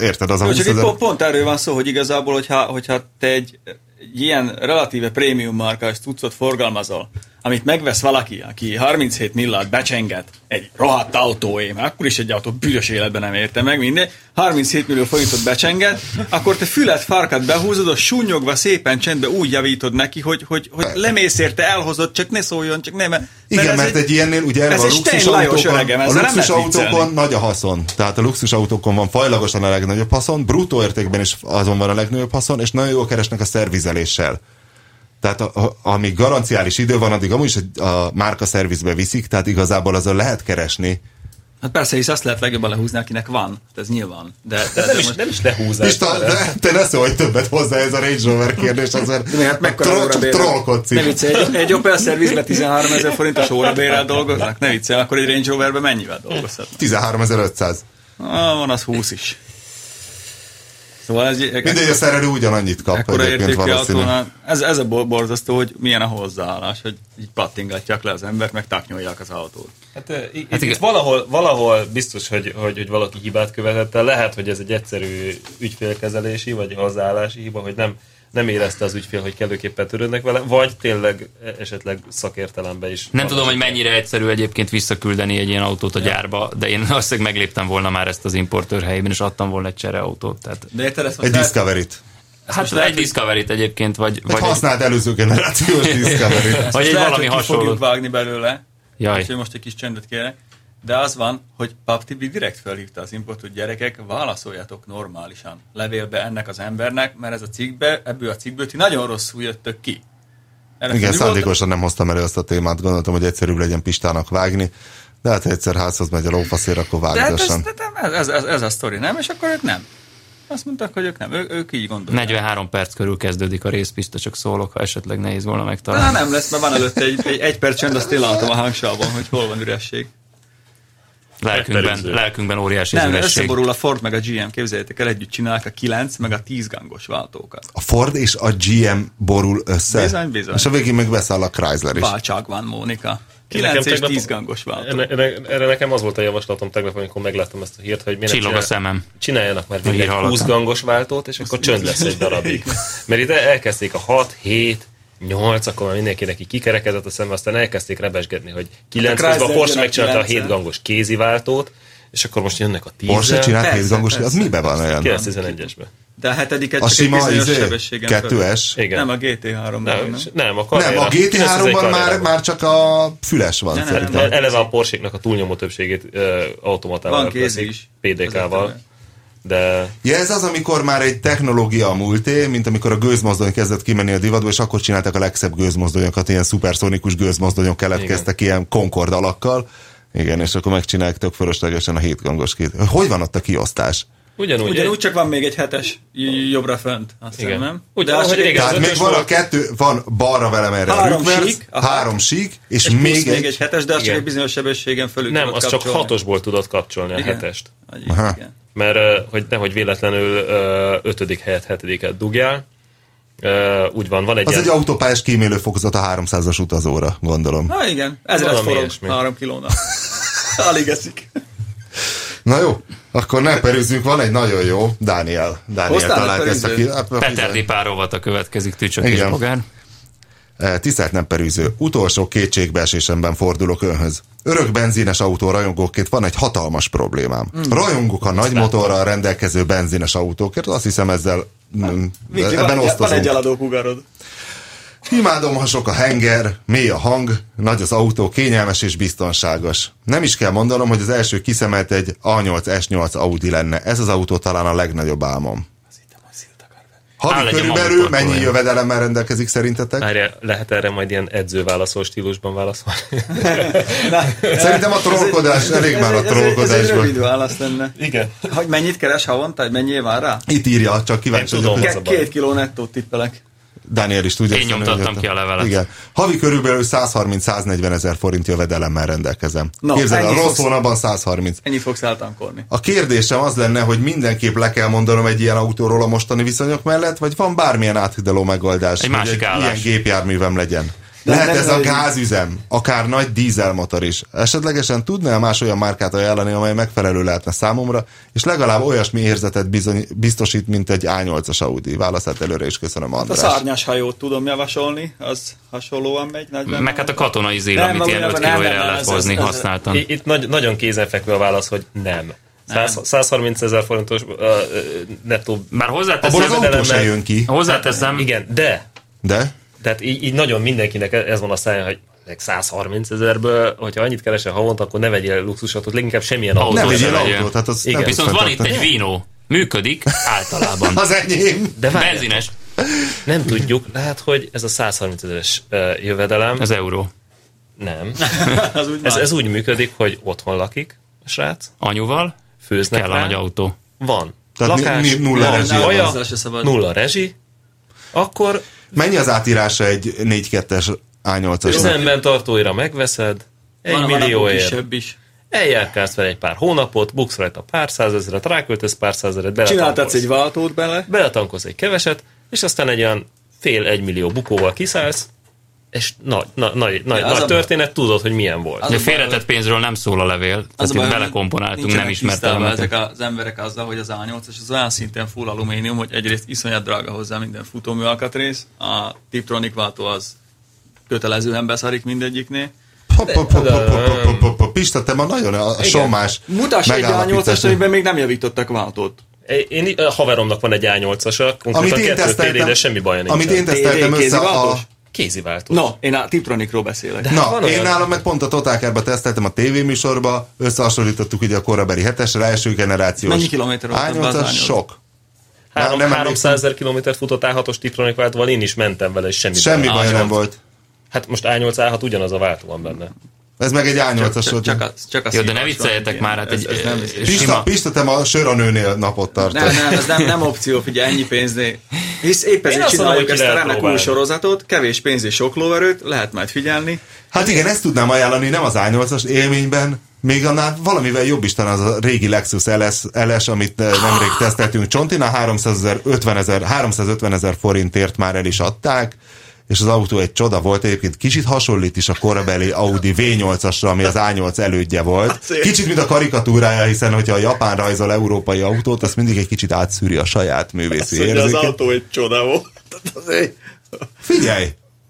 S6: érted az a
S5: Jó,
S6: 20
S5: csak
S6: ezer...
S5: itt pont, pont erről van szó, hogy igazából, hogyha, hogyha te egy, egy ilyen relatíve prémium márkás cuccot forgalmazol, amit megvesz valaki, aki 37 millát becsenget egy rohadt autóé, mert akkor is egy autó büdös életben nem érte meg minden, 37 millió forintot becsenget, akkor te fület, farkat behúzod, a sunyogva szépen csendben úgy javítod neki, hogy, hogy, hogy lemész érte, elhozod, csak ne szóljon, csak nem. Mert
S6: Igen,
S5: ez
S6: mert egy ilyennél ugye
S5: ez
S6: erre a
S5: egy
S6: luxus
S5: Stein Lajos
S6: autókon,
S5: öregem,
S6: a
S5: ezzel nem
S6: luxus
S5: lehet viccelni.
S6: autókon nagy a haszon. Tehát a luxus autókon van fajlagosan a legnagyobb haszon, brutó értékben is azon van a legnagyobb haszon, és nagyon jól keresnek a szervizeléssel. Tehát a, a, amíg garanciális idő van, addig amúgy is a, a márka szervizbe viszik, tehát igazából azon lehet keresni.
S5: Hát persze, hisz azt lehet legjobban lehúzni, akinek van, Hát ez nyilván. De, de, de
S3: Nem is,
S5: most-
S3: nem is lehúzás.
S6: Pista, de te ne szólj többet hozzá ez a Range Rover kérdés, azért
S5: De hát mekkora
S6: troll- csak
S5: órabérrel-
S6: trollkodsz
S5: Ne
S6: itt.
S5: viccelj, egy, egy Opel szervizbe 13 ezer forintos órabérrel dolgoznak? Ne viccelj, akkor egy Range Roverbe mennyivel dolgozhatnak?
S6: 13500.
S5: Ah, van az 20 is. Szóval ez egy
S6: Mindegy, a szerelő ugyanannyit kap
S5: ekkora
S6: egyébként
S5: értékű
S6: valószínű.
S5: autónál. Ez, ez a bor- borzasztó, hogy milyen a hozzáállás, hogy így pattingatják le az embert, meg taknyolják az autót.
S3: Hát, eh, itt, hát itt valahol, valahol biztos, hogy, hogy, hogy valaki hibát követett el. Lehet, hogy ez egy egyszerű ügyfélkezelési vagy hozzáállási hiba, hogy nem, nem érezte az ügyfél, hogy kellőképpen törődnek vele, vagy tényleg eh, esetleg szakértelembe is.
S4: Nem tudom, hogy mennyire egyszerű egyébként visszaküldeni egy ilyen autót a gyárba, de én valószínűleg megléptem volna már ezt az importőr helyében, és adtam volna egy csereautót. Tehát,
S5: De érted ezt
S6: Egy Discovery-t.
S4: hát egy discovery egyébként, vagy,
S6: Vagy
S4: vagy, egy,
S6: használt előző generációs Discovery-t.
S4: vagy egy
S5: lehet,
S4: valami
S5: hogy ki fogjuk
S4: hasonló.
S5: vágni belőle,
S4: Jaj.
S5: úgyhogy most egy kis csendet kérek. De az van, hogy Paptibi direkt felhívta az importot gyerekek, válaszoljatok normálisan levélbe ennek az embernek, mert ez a cikkbe, ebből a cikkből ti nagyon rosszul jöttök ki. Erre
S6: Igen,
S5: felnyugodtak?
S6: szándékosan nem hoztam elő azt a témát, gondoltam, hogy egyszerűbb legyen Pistának vágni, de hát ha egyszer házhoz megy a lófaszér, akkor
S5: De hát ez,
S6: vággasson.
S5: ez, ez, ez, ez, a sztori, nem? És akkor ők nem. Azt mondták, hogy ők nem. Ő, ők így gondolják.
S4: 43 perc körül kezdődik a részpista, csak szólok, ha esetleg nehéz volna
S5: De hát
S4: megtalálni.
S5: nem lesz, mert van előtte egy, egy, egy perc csend, azt én látom a hangsávban, hogy hol van üresség.
S4: Lelkünkben,
S3: Megperőző.
S4: lelkünkben óriási
S5: Nem,
S4: nem, üresség.
S5: összeborul a Ford meg a GM, képzeljétek el, együtt csinálják a 9 meg a 10 gangos váltókat.
S6: A Ford és a GM borul össze.
S5: Bizony, bizony.
S6: És a végén meg beszáll a Chrysler is.
S5: Váltság van, Mónika.
S3: Nekem
S5: 9 és
S3: tegnap-
S5: 10 gangos váltó.
S3: Enne- enne- Erre nekem az volt a javaslatom tegnap, amikor megláttam ezt a hírt, hogy miért nem
S4: Csillog a
S3: csinál-
S4: szemem.
S3: csináljanak már
S4: hír
S3: végre
S4: hallatán.
S3: 20 gangos váltót, és akkor csönd lesz egy darabig. Mert itt elkezdték a 6, 7, 8, akkor már mindenkinek így kikerekedett a szem, aztán elkezdték rebesgetni, hogy 9
S5: Hát Chrysler
S3: közben a Porsche
S5: jön a
S3: megcsinálta a 7
S5: kilenccel.
S3: gangos kézi váltót, és akkor most jönnek a 10
S6: Porsche csinál
S5: Persze,
S6: hétgangos, az
S5: persze,
S6: mibe van olyan?
S3: 9-11-esbe.
S5: De a hetediket
S6: A
S5: csak egy
S6: sima
S5: bizonyos
S6: izé,
S5: sebességen föl.
S6: 2S.
S3: Igen.
S5: Nem, a GT3-ban.
S3: nem,
S5: Nem,
S3: és- nem, a
S6: Nem,
S3: Carrera.
S6: a GT3-ban már,
S3: Carrera.
S6: már csak a füles van.
S5: Ne, ne,
S6: szerintem.
S5: ne, ne.
S3: Eleve a Porsche-nak a túlnyomó többségét ö, automatával
S5: Van kézi
S3: veszik,
S5: is.
S3: PDK-val.
S5: Ezek
S3: De
S6: Ja, ez az, amikor már egy technológia a múlté, mint amikor a gőzmozdony kezdett kimenni a divatba, és akkor csinálták a legszebb gőzmozdonyokat, ilyen szuperszonikus gőzmozdonyok keletkeztek ilyen Concord alakkal. Igen, és akkor megcsinálják tök fölöslegesen a hétgangos két. Hogy van ott a kiosztás?
S3: ugyanúgy,
S5: Ugyanúgy csak van még egy hetes j- jobbra fönt, azt hiszem,
S3: Igen.
S5: nem?
S3: Úgy,
S5: De az
S3: ahogy
S5: csak egy
S3: régen
S6: Tehát
S3: az
S6: még
S3: ötös
S6: van a
S3: volt.
S6: kettő, van balra velem erre a
S5: Három
S6: rükverc,
S5: sík, aha.
S6: három sík, és,
S5: és még,
S6: még
S5: még
S6: egy...
S5: egy hetes, de az csak
S3: Igen.
S5: egy bizonyos sebességen fölül
S3: Nem,
S5: tudod
S3: az csak
S5: kapcsolni.
S3: hatosból tudod kapcsolni a
S5: Igen.
S3: hetest.
S5: Vagy-
S6: Aha.
S5: Igen.
S3: Mert ö, hogy nehogy véletlenül ö, ötödik helyet hetediket dugjál. Ö, Úgy van, van egy
S6: Az
S3: ilyen...
S6: egy autópályás kímélő fokozat a 300-as utazóra, gondolom.
S5: Na igen, ezret
S3: Valami
S5: forog
S3: ilyesmi.
S5: három kilónak. Alig eszik.
S6: Na jó, akkor ne perüzzünk, van egy nagyon jó, Dániel. Dániel
S5: Hoztál egy
S6: talált ezt a
S5: perüzőt?
S6: ki... hát,
S4: Peter
S6: bizony.
S4: Lipár a következik, tücsök és
S6: Igen.
S4: bogár.
S6: Eh, Tisztelt nem perűző, utolsó kétségbeesésemben fordulok önhöz. Örök benzines autó rajongóként van egy hatalmas problémám.
S5: Hmm.
S6: Mm. Rajongok a nagy motorral rendelkező benzines autókért, azt hiszem ezzel mm,
S5: Viki,
S6: ebben
S5: Hát, van, van egy
S6: osztozunk.
S5: eladó kugarod.
S6: Imádom, ha sok a henger, mély a hang, nagy az autó, kényelmes és biztonságos. Nem is kell mondanom, hogy az első kiszemelt egy A8 S8 Audi lenne. Ez az autó talán a legnagyobb álmom.
S4: Áll
S6: Havi
S4: legyen
S6: körülbelül
S4: maguktól,
S6: mennyi
S4: olyan.
S6: jövedelemmel rendelkezik szerintetek?
S3: Várjál, lehet erre majd ilyen edzőválaszol stílusban válaszolni?
S6: Szerintem a trollkodás, elég már
S5: Ez
S6: a
S5: egy- ez egy- Ez egy
S6: trollkodásban.
S5: rövid válasz lenne.
S3: Igen.
S5: Hogy mennyit keres havonta, hogy mennyi van rá?
S6: Itt írja, csak kíváncsi
S3: Én
S6: vagyok,
S3: tudom.
S6: hogy
S3: Az a
S5: Ke-
S3: baj.
S5: két kiló nettót tippelek.
S6: Dániel is tudja.
S4: Én
S6: hiszen ő
S4: nyomtattam
S6: jött-
S4: ki a levelet.
S6: Igen. Havi körülbelül 130-140 ezer forint jövedelemmel rendelkezem.
S5: Na,
S6: Képzeld el,
S5: ennyi
S6: rossz
S5: fogsz-
S6: hónapban 130.
S5: Ennyit fogsz eltankolni.
S6: A kérdésem az lenne, hogy mindenképp le kell mondanom egy ilyen autóról a mostani viszonyok mellett, vagy van bármilyen áthidaló megoldás,
S4: Egy
S6: hogy
S4: másik állás.
S6: ilyen gépjárművem legyen.
S5: De
S6: Lehet
S5: nem
S6: ez a
S5: vagy-
S6: gázüzem, akár nagy dízelmotor is. Esetlegesen tudnál más olyan márkát ajánlani, amely megfelelő lehetne számomra, és legalább olyasmi érzetet bizony, biztosít, mint egy A8-as Audi. Válaszát előre is köszönöm,
S5: Hát A
S6: András.
S5: szárnyas hajót tudom javasolni, az hasonlóan megy nagyban.
S4: Meg hát a katonai zél,
S5: Nem,
S4: amit ilyen
S5: valójában
S4: 5
S5: nem,
S4: kilóért
S5: nem,
S4: el
S5: nem,
S4: lehet
S5: ez- ez-
S4: hozni,
S5: ez-
S4: használtan.
S3: I- Itt nagy, nagyon kézenfekvő a válasz, hogy nem. 100, 130 ezer forintos uh, nettó
S4: Bár
S6: Abból az
S4: hozzáteszem,
S6: autó Szóval se
S3: jövedelemmel-
S6: jön ki,
S4: hozzáteszem
S3: Igen, de
S6: de
S3: Tehát így, így nagyon mindenkinek e-, ez van a száján, hogy meg 130 ezerből, hogyha annyit keresel havonta, akkor ne vegyél luxusautót, leginkább semmilyen
S4: Nem,
S3: autót.
S6: nem
S4: Autó
S6: egy
S4: se
S6: ilyen
S4: legyen.
S6: autó. Tehát az
S3: Igen.
S6: nem
S4: viszont
S6: tudsz
S4: van itt egy
S6: fenntartani.
S4: vínó. Működik általában.
S6: Az enyém.
S3: De várj,
S4: Benzines,
S3: nem tudjuk, lehet, hogy ez a 130 ezeres ö, jövedelem, ez
S4: az euró.
S3: nem.
S5: Az úgy
S3: Ez,
S5: van.
S3: ez úgy működik, hogy otthon lakik a srác,
S4: Anyuval
S3: főznek
S4: kell a
S3: rá,
S4: nagy autó.
S3: van.
S6: Tehát ni-
S3: Lakás,
S6: ni- nulla
S3: van
S6: rezsi.
S3: haja,
S5: Azzal se szabad.
S3: nulla rezsi, akkor
S6: Mennyi az átírása egy 4-2-es A8-asnak?
S3: üzemben tartóira megveszed, egy
S5: Van- van abból
S3: millióért.
S5: kisebb is.
S3: eljárkálsz vele egy pár hónapot, buksz rajta pár százezret, ráköltesz pár százezret,
S5: Csináltatsz
S3: beletankolsz,
S5: egy
S3: egy...
S5: váltót bele,
S3: beletankolsz egy keveset, és aztán egy olyan fél egy millió bukóval kiszállsz, és nagy, na, nagy, nagy,
S5: az
S3: nagy
S5: a-
S3: történet, tudod, hogy milyen volt.
S5: Az
S4: De
S5: a baj,
S4: félretett pénzről nem szól a levél,
S5: Az
S4: tehát itt
S5: a baj, hogy
S4: belekomponáltunk,
S5: nincsenek
S4: nem
S5: tisztában
S4: ismertem.
S5: ezek az emberek azzal, hogy az A8 és az olyan szinten full alumínium, hogy egyrészt iszonyat drága hozzá minden futómű alkatrész, a Tiptronic váltó az kötelezően beszarik mindegyiknél.
S6: Hopp, hopp, hopp, hopp, hopp, hopp, hopp, hopp, hopp. Pista, te ma nagyon a a sommás
S5: Mutass egy A8-as,
S6: megállapításod.
S5: amiben még nem javítottak váltót.
S3: Én, a haveromnak van egy A8-asa,
S6: Amit
S3: konkrétan
S6: én
S3: kettő TD,
S6: teszteltem,
S3: de semmi baja nincsen.
S6: amit én teszteltem
S5: TD
S6: össze a...
S5: kéziváltós?
S3: Kéziváltó.
S5: No, én a Tiptronicról beszélek. De
S6: Na,
S3: Van
S6: én
S3: olyan.
S6: nálam meg pont a Totálkárba teszteltem a tévéműsorba, összehasonlítottuk ugye a korabeli hetesre, első generációs.
S5: Mennyi kilométer volt
S6: A8-as?
S5: ebben az A8?
S6: Sok.
S3: Három,
S6: nem
S3: nem
S6: emlékszem.
S3: 300 ezer kilométert futott A6-os Tiptronic váltóval, én is mentem vele, és semmi,
S6: Semmi
S3: baja.
S6: baj
S5: A8.
S6: nem volt.
S3: Hát most A8, A6 ugyanaz a váltó van benne.
S6: Ez meg egy A8-as
S5: csak,
S6: volt.
S5: csak a, csak a
S4: Jó, de ne
S5: szívás
S4: vicceljetek
S5: van.
S4: már, hát
S5: Ez-
S4: egy
S5: ez nem
S4: ö,
S5: vicces.
S6: Pista,
S4: sima...
S6: Pista, te ma a söranőnél napot tartasz.
S5: Nem, nem, ez nem, nem opció, figyelj, ennyi pénznél. Hisz épp
S3: Én
S5: ezért
S3: azt mondom,
S5: csináljuk
S3: hogy
S5: ezt
S3: ki
S5: a
S3: lehet
S5: remek új
S3: próbálni.
S5: sorozatot, kevés pénz és sok lóerőt, lehet majd figyelni.
S6: Hát igen, ezt tudnám ajánlani, nem az A8-as élményben, Még annál valamivel jobb is talán az a régi Lexus LS, LS amit eh, nemrég teszteltünk. Csontina 300 ezer, 50 ezer, 350 ezer forintért már el is adták, és az autó egy csoda volt, egyébként kicsit hasonlít is a korabeli Audi V8-asra, ami az A8 elődje volt. Kicsit, mint a karikatúrája, hiszen hogyha a japán rajzol európai autót, azt mindig egy kicsit átszűri a saját
S5: Szóval
S6: művészi
S7: Hogy az
S6: érzéket.
S7: autó egy csoda volt. Az egy-
S6: Figyelj!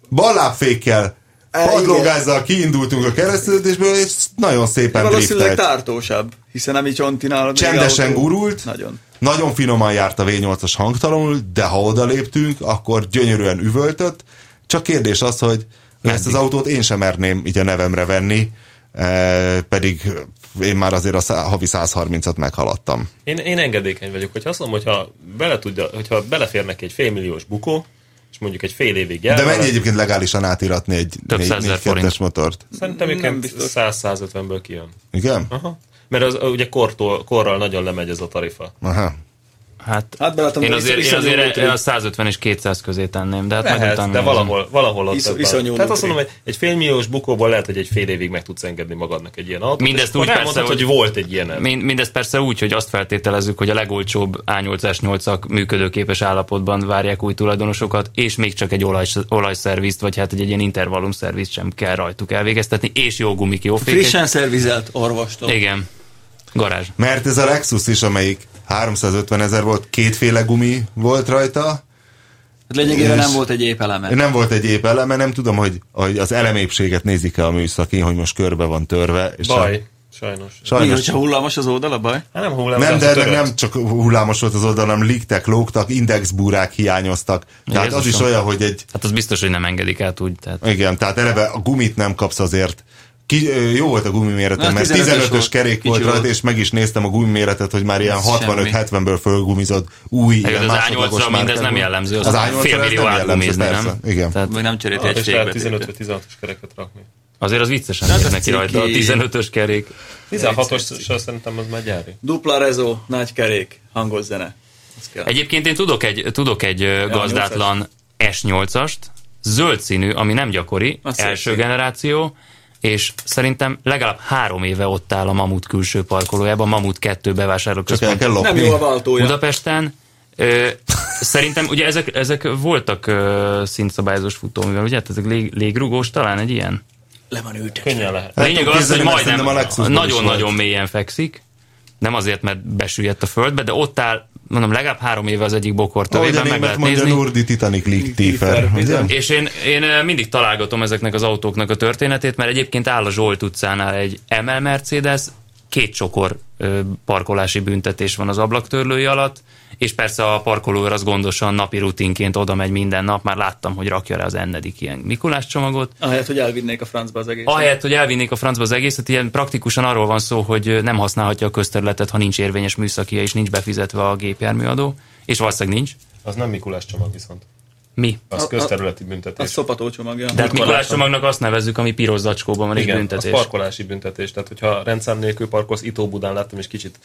S6: Ballábfékkel,
S5: E,
S6: padlógázzal kiindultunk a keresztülésből, és nagyon szépen
S5: Valószínűleg
S6: driftelt.
S5: tártósabb, hiszen ami Csontinál... még
S6: Csendesen
S5: autó-
S6: gurult.
S5: Nagyon.
S6: Nagyon finoman járt a V8-as hangtalanul, de ha odaléptünk, akkor gyönyörűen üvöltött. Csak kérdés az, hogy ezt az autót én sem merném így a nevemre venni, eh, pedig én már azért a szá- havi 130-at meghaladtam.
S3: Én, én engedékeny vagyok, hogy azt mondom, hogyha, bele tudja, hogyha belefér neki egy félmilliós bukó, és mondjuk egy fél évig jár,
S6: De
S3: vele,
S6: mennyi egyébként legálisan átiratni egy
S4: Több százezer
S6: 4
S4: forint.
S6: motort?
S3: Szerintem
S5: Nem
S3: egyébként
S5: biztos.
S3: 100-150-ből kijön.
S6: Igen?
S3: Aha. Mert az ugye kortól, korral nagyon lemegy ez a tarifa.
S6: Aha.
S4: Hát,
S5: Hát beletom,
S4: én azért, én
S5: iszonyú
S4: azért e-
S5: lutri.
S4: a 150 és 200 közé tenném, de hát majd
S3: Lehet,
S4: utána
S3: de
S4: nézem.
S3: valahol, valahol ott.
S5: Isz-
S3: ebben.
S5: iszonyú
S3: Tehát azt
S5: lutri.
S3: mondom, hogy egy félmilliós bukóból lehet, hogy egy fél évig meg tudsz engedni magadnak egy ilyen autót.
S4: Mindezt
S3: és akkor
S4: úgy persze,
S3: elmondhatod,
S4: hogy-
S3: hogy volt egy ilyen.
S4: Mind, mindezt persze úgy, hogy azt feltételezzük, hogy a legolcsóbb A8-as 8-ak működőképes állapotban várják új tulajdonosokat, és még csak egy olaj, olajszervizt, vagy hát egy, egy ilyen intervallum szervizt sem kell rajtuk elvégeztetni, és jó gumik, jó fékek.
S5: Frissen szervizelt orvostól.
S4: Igen. Garázs.
S6: Mert ez a Lexus is, amelyik 350 ezer volt, kétféle gumi volt rajta,
S5: Hát Lényegében
S6: És-
S5: nem volt egy épeleme.
S6: Nem volt egy épp eleme, nem tudom, hogy, hogy az elemépséget nézik-e a műszaki, hogy most körbe van törve. És
S3: Baj, sajnos.
S5: Mi,
S6: Sajnos.
S5: hogyha hullamos az oldala, baj?
S3: Hát nem hullám,
S6: Nem,
S3: az
S6: de
S3: a
S6: ennek
S3: törött.
S6: nem csak hullámos volt az oldal, hanem ligtek, lógtak, indexbúrák hiányoztak. Tehát az is
S4: Jézusom.
S6: olyan, hogy egy,
S4: Hát az biztos, hogy nem engedik át úgy. Tehát.
S6: igen, tehát eleve a gumit nem kapsz azért. Ki, ö, jó volt a gumimérete,
S5: Na,
S6: mert
S5: 15-ös
S6: 15-ös
S5: volt,
S6: kerék
S5: kicsi
S6: volt rajta,
S5: volt.
S6: és meg is néztem a gumiméretet, hogy már ilyen
S5: Ez semmi.
S6: 65-70-ből fölgumizott új, ilyen
S4: Hát Az
S6: másodlagos
S4: A8-ra mindez nem
S6: márkagumi.
S4: jellemző, az,
S6: Az
S4: az
S6: A8-ra ez
S4: fél millió
S6: nem jellemző,
S4: átgumizni,
S6: persze.
S4: nem?
S6: Igen.
S4: Tehát
S5: Vagy nem cserélt
S3: Ah, És lehet
S5: egységbe.
S3: 15 vagy 16-os kereket rakni.
S4: azért az
S6: Hát
S4: viccesen néz neki
S5: ciki.
S4: rajta, a 15-ös kerék.
S3: 16-os szerintem az már gyári.
S5: Dupla rezó, nagy kerék, hangos zene. Az kell.
S4: Egyébként én tudok egy, tudok egy ö, gazdátlan S8-ast, zöld színű, ami nem gyakori,
S5: Az szép
S4: első
S5: szín.
S4: generáció, és szerintem legalább három éve ott áll a Mamut külső parkolójában, Mamut 2
S6: Csak el
S4: bevásárlóközpont
S6: kell
S5: Nem
S6: lopni.
S5: jó a váltója.
S4: Budapesten. Ö, szerintem ugye ezek, ezek voltak ö, szintszabályozós futóművel, ugye? Hát ezek lég, légrugós talán egy ilyen?
S5: Le van ültetve.
S3: Könnyen lehet.
S4: A
S6: El
S4: lényeg
S6: tudom
S4: az, hogy
S6: képzelni, mert
S4: majdnem
S6: szerintem a Lexusban is
S4: nagyon-nagyon
S6: volt.
S4: mélyen fekszik. Nem azért, mert besüllyedt a földbe, de ott áll, mondom, legalább három éve az egyik bokor
S6: Ahogy a
S4: tövében, meg
S6: német
S4: lehet
S6: mondja,
S4: nézni.
S6: Nurdi Titanic Ligtiefer. ugye?
S4: És én, én ö, mindig találgatom ezeknek az autóknak a történetét, mert egyébként áll a Zsolt utcánál egy ML Mercedes, két csokor ö, parkolási büntetés van az ablaktörlője alatt, és persze a parkolóőr az gondosan napi rutinként oda megy minden nap, már láttam, hogy rakja rá az ennedik ilyen Mikulás csomagot,
S5: Ahelyett, hogy elvinnék a francba az egész.
S4: Ahelyett, hogy elvinnék a francba az egészet, ilyen praktikusan arról van szó, hogy nem használhatja a közterületet, ha nincs érvényes műszakia és nincs befizetve a gépjárműadó, és valószínűleg nincs.
S3: Az nem Mikulás csomag viszont.
S4: Mi?
S3: Az közterületi büntetés.
S5: A szopató csomagja.
S4: De hát Mikulás
S3: Mikulásnak.
S4: csomagnak azt nevezzük, ami piros zacskóban van egy
S3: Igen,
S4: büntetés.
S3: az parkolási büntetés. Tehát, hogyha rendszám nélkül parkolsz, Itó Budán láttam, és kicsit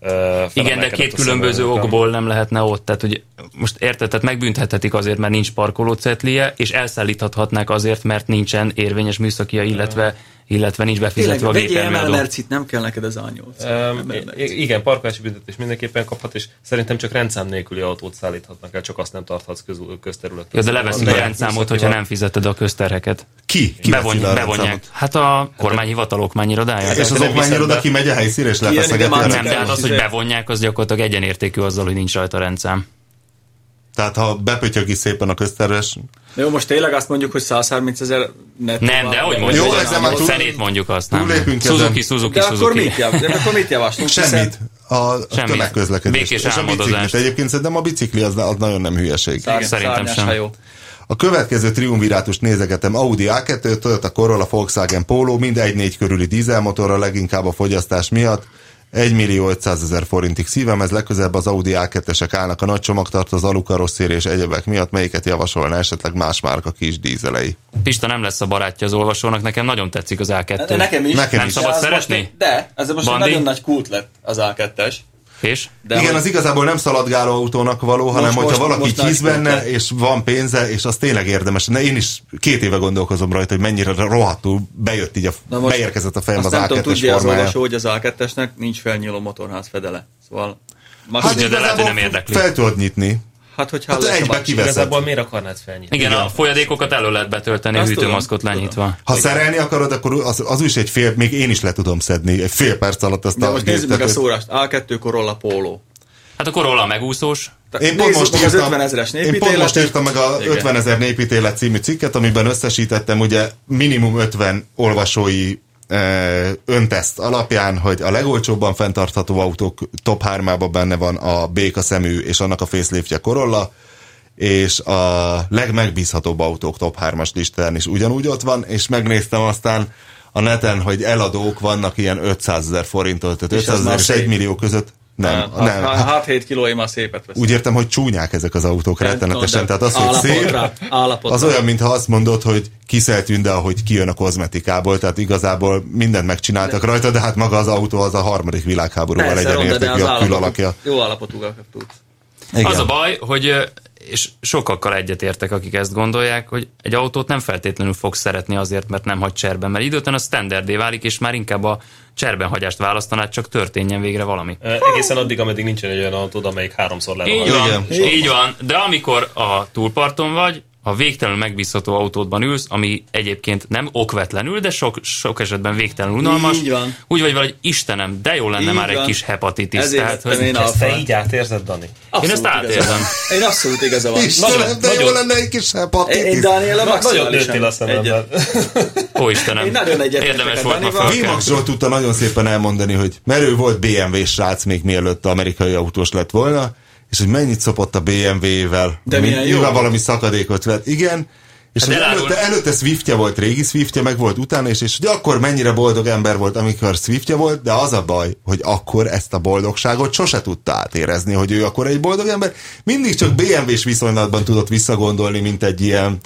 S3: uh,
S4: Igen, de két különböző okból nem lehetne ott. Tehát, hogy most érted, tehát megbünthethetik azért, mert nincs parkoló cetlie, és elszállíthathatnák azért, mert nincsen érvényes műszakia, illetve, illetve nincs befizetve a
S5: Tényleg, vegyél el
S4: gépjárműadó.
S5: Mercit, nem kell neked az A8.
S3: Um, igen, parkolási büntetés mindenképpen kaphat, és szerintem csak rendszám nélküli autót szállíthatnak el, csak azt nem tarthatsz köz, közterületen.
S4: Jó, de leveszik a rendszámot, hogyha nem fizeted a közterheket.
S6: Ki? Ki veszi
S4: Bevonj,
S6: le a
S4: bevonják.
S6: rendszámot?
S4: Hát a kormányhivatal
S5: Hát
S4: okmányirodája.
S6: És az
S3: nem hiszed
S6: okmányiroda
S3: be.
S6: kimegy a helyszínre, és
S5: Kijön ide
S6: lefeszegeti
S5: már
S6: a
S4: Nem, de
S6: rendszám.
S4: hát az, hogy bevonják, az gyakorlatilag egyenértékű azzal, hogy nincs rajta rendszám.
S6: Tehát ha bepötyögi szépen a közterves...
S5: Jó, most tényleg azt mondjuk, hogy 130 ezer nettó.
S4: Nem,
S5: van.
S4: de hogy
S6: Jó,
S4: mondjuk, hogy
S6: ezzel
S4: a
S6: már túl-
S4: szerét mondjuk azt nem.
S6: túllépünk ezen.
S4: Suzuki, Suzuki,
S5: De akkor
S4: Suzuki.
S5: mit, jav, de akkor mit javaslunk?
S6: Semmit. A
S4: Semmit.
S6: tömegközlekedés.
S4: Békés
S6: és a biciklit.
S4: álmodozást.
S6: Egyébként szerintem a bicikli az, az nagyon nem hülyeség.
S5: Igen,
S4: Szerintem
S5: szárnyas
S4: sem.
S5: hajó.
S6: A következő triumvirátust nézegetem Audi A2, Toyota Corolla, Volkswagen Polo, mind 1.4 körüli dízelmotorra, leginkább a fogyasztás miatt. 1 millió 500 ezer forintig szívem, ez legközelebb az Audi A2-esek állnak a nagy csomagtartó, az alukarosszér és egyebek miatt, melyiket javasolna esetleg más márka kis dízelei.
S4: Pista nem lesz a barátja az olvasónak, nekem nagyon tetszik az A2.
S5: De Nekem is.
S6: Nekem
S4: Nem
S6: is.
S4: szabad
S5: De az
S4: szeretni?
S5: Most, de, ez most egy
S4: Bandi?
S5: nagyon nagy kult lett az A2-es.
S4: És?
S6: De Igen, az igazából nem szaladgáló autónak való, most, hanem hogyha
S5: most-
S6: valaki
S5: most
S6: hisz
S5: nagy
S6: benne,
S5: sportler.
S6: és van pénze, és az tényleg érdemes. Ne, én is két éve gondolkozom rajta, hogy mennyire rohadtul bejött így, a,
S5: Na most
S6: beérkezett a fejem
S5: Azt
S6: az
S5: nem tudom,
S6: A2-es
S5: tudja az
S6: formája.
S5: olvasó, hogy az A2-esnek nincs felnyíló motorház fedele. Szóval... Más
S4: Tudja, de lehet, Hát, hogy nem érdekli.
S6: Hát fel tudod nyitni.
S5: Hát, hogyha
S6: Hát
S5: lesz a
S6: egybe
S5: bácsi.
S6: kiveszed.
S3: Igazából miért akarnád felnyitni?
S4: Igen, a folyadékokat elő lehet betölteni
S5: Azt
S4: hűtőmaszkot
S5: tudom,
S4: lenyitva.
S6: Ha szerelni akarod, akkor az, az is egy fél, még én is le tudom szedni egy fél perc alatt azt
S5: De
S6: a
S5: most nézzük meg a
S6: géptetőt.
S5: szórást. A2 Corolla Póló.
S4: Hát a Corolla megúszós.
S6: Én pont, most
S5: meg az
S6: írtam,
S5: 50 ezeres
S6: én pont most
S5: népítéletet.
S6: írtam meg a
S5: Igen.
S6: 50 ezer népítélet című cikket, amiben összesítettem ugye minimum 50 olvasói ö, önteszt alapján, hogy a legolcsóbban fenntartható autók top 3 benne van a béka szemű és annak a faceliftje Corolla, és a legmegbízhatóbb autók top 3-as listán is ugyanúgy ott van, és megnéztem aztán a neten, hogy eladók vannak ilyen 500 ezer forinttól, tehát
S5: És az
S6: 500 ezer
S5: már
S6: és
S5: szép.
S6: 1 millió között. Nem,
S5: Ha-
S6: nem,
S5: ha- Hát 7 kilóim a szépet vesz.
S6: úgy értem, hogy csúnyák ezek az autók rettenetesen. Tehát az, hogy szép,
S5: Állapotra.
S6: az olyan, mintha azt mondod, hogy kiszel tünde, ahogy kijön a kozmetikából, tehát igazából mindent megcsináltak rajta, de hát maga az autó az a harmadik világháborúval
S5: Persze, ronda, de
S6: egyenértékű
S5: az
S6: a
S5: állapot,
S6: külalakja.
S5: jó állapotúak tudsz.
S4: Igen. Az a baj, hogy ö, és sokakkal egyetértek, akik ezt gondolják, hogy egy autót nem feltétlenül fogsz szeretni azért, mert nem hagy cserben, mert idő után a standardé válik, és már inkább a cserbenhagyást választanád, csak történjen végre valami.
S3: Ö, Egészen addig, ameddig nincsen egy olyan autód, amelyik háromszor lerohan.
S4: Így van,
S6: Igen.
S4: így van, de amikor a túlparton vagy, a végtelenül megbízható autódban ülsz, ami egyébként nem okvetlenül, de sok, sok esetben végtelenül unalmas.
S5: Így van.
S4: Úgy vagy vele, hogy Istenem, de jó lenne
S5: Így
S4: már egy
S5: van.
S4: kis hepatitis.
S5: Ezért
S4: Tehát,
S5: vettem
S4: hogy
S5: én
S4: én,
S5: a-
S3: Ezt te így átérzed, Dani?
S4: ezt átérzem.
S5: Én abszolút igaza van.
S6: Istenem, de jó
S3: nagyon-
S6: lenne egy kis
S5: Én, én
S6: hepatitis.
S5: Dániel a
S3: Nagyon nőttél
S5: maximálisan
S3: a szememben.
S5: egyet.
S4: Ó Istenem,
S5: Én nagyon egyetértek
S4: érdemes
S5: a
S4: volt ma
S5: Danival.
S4: fel.
S6: Vimax Zsolt tudta nagyon szépen elmondani, hogy mert ő volt BMW srác még mielőtt amerikai autós lett volna, és hogy mennyit szopott a BMW-vel.
S5: De milyen jó.
S6: Nyilván valami szakadékot vett. Igen. És hát
S4: elárul-
S6: előtte, előtte Swiftje volt, régi Swiftje, meg volt utána, és, és hogy akkor mennyire boldog ember volt, amikor Swiftje volt, de az a baj, hogy akkor ezt a boldogságot sose tudta átérezni, hogy ő akkor egy boldog ember. Mindig csak BMW-s viszonylatban tudott visszagondolni, mint egy ilyen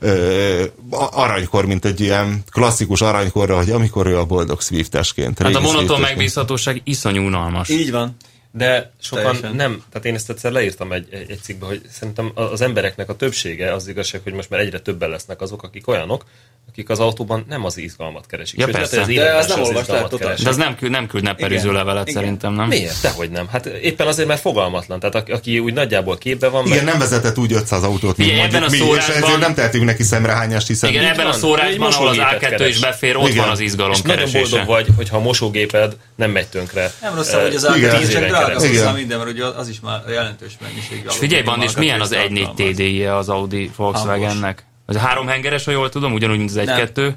S6: ö, a- aranykor, mint egy ilyen klasszikus aranykorra, hogy amikor ő a boldog Swiftesként.
S4: Hát
S6: régi
S4: a monoton
S6: Swiftesként.
S4: megbízhatóság iszonyú unalmas.
S5: Így van.
S3: De sokan
S5: Teljesen.
S3: Teljesen. nem, tehát én ezt egyszer leírtam egy, egy, egy cikkbe, hogy szerintem a- az embereknek a többsége az igazság, hogy most már egyre többen lesznek azok, akik olyanok, akik az autóban nem az izgalmat keresik.
S4: Ja,
S3: Sőt, lehet,
S4: persze.
S3: hogy
S4: De
S3: életben
S5: azt
S3: se
S5: nem olvastál
S3: izgalmat
S5: totál.
S3: keresik.
S4: De az nem, küld, nem küldne periző
S5: Igen.
S4: levelet
S5: Igen.
S4: szerintem, nem?
S3: Miért? Dehogy nem. Hát éppen azért, mert fogalmatlan. Tehát aki, aki úgy nagyjából képbe van,
S6: Igen,
S3: meg-
S6: nem vezetett úgy 500 autót, mint
S4: Ugye,
S6: mondjuk
S4: ebben a
S6: mi, és
S4: szórásban-
S6: ezért nem tehetünk neki szemrehányást, hiszen
S4: Igen, ebben a
S3: van. Egy
S4: szórásban, ahol az
S3: mosógépet
S4: A2 is
S3: keres.
S4: befér, ott
S6: Igen.
S4: van az izgalom
S3: és nagyon boldog
S4: keresése.
S3: vagy, hogyha a mosógéped nem megy tönkre.
S5: Nem rossz, hogy az
S3: Eh,
S6: igen.
S5: átkérdés,
S3: tíz
S5: csak
S3: éven
S5: drága
S3: keresztül.
S5: hozzá
S6: Igen.
S5: minden, mert ugye az is már jelentős mennyiség.
S4: És figyelj, Bandi, és milyen az 1.4 TDI-je az Audi Volkswagennek? Az három hengeres, ha jól tudom, ugyanúgy, mint az
S5: Nem.
S4: 1.2?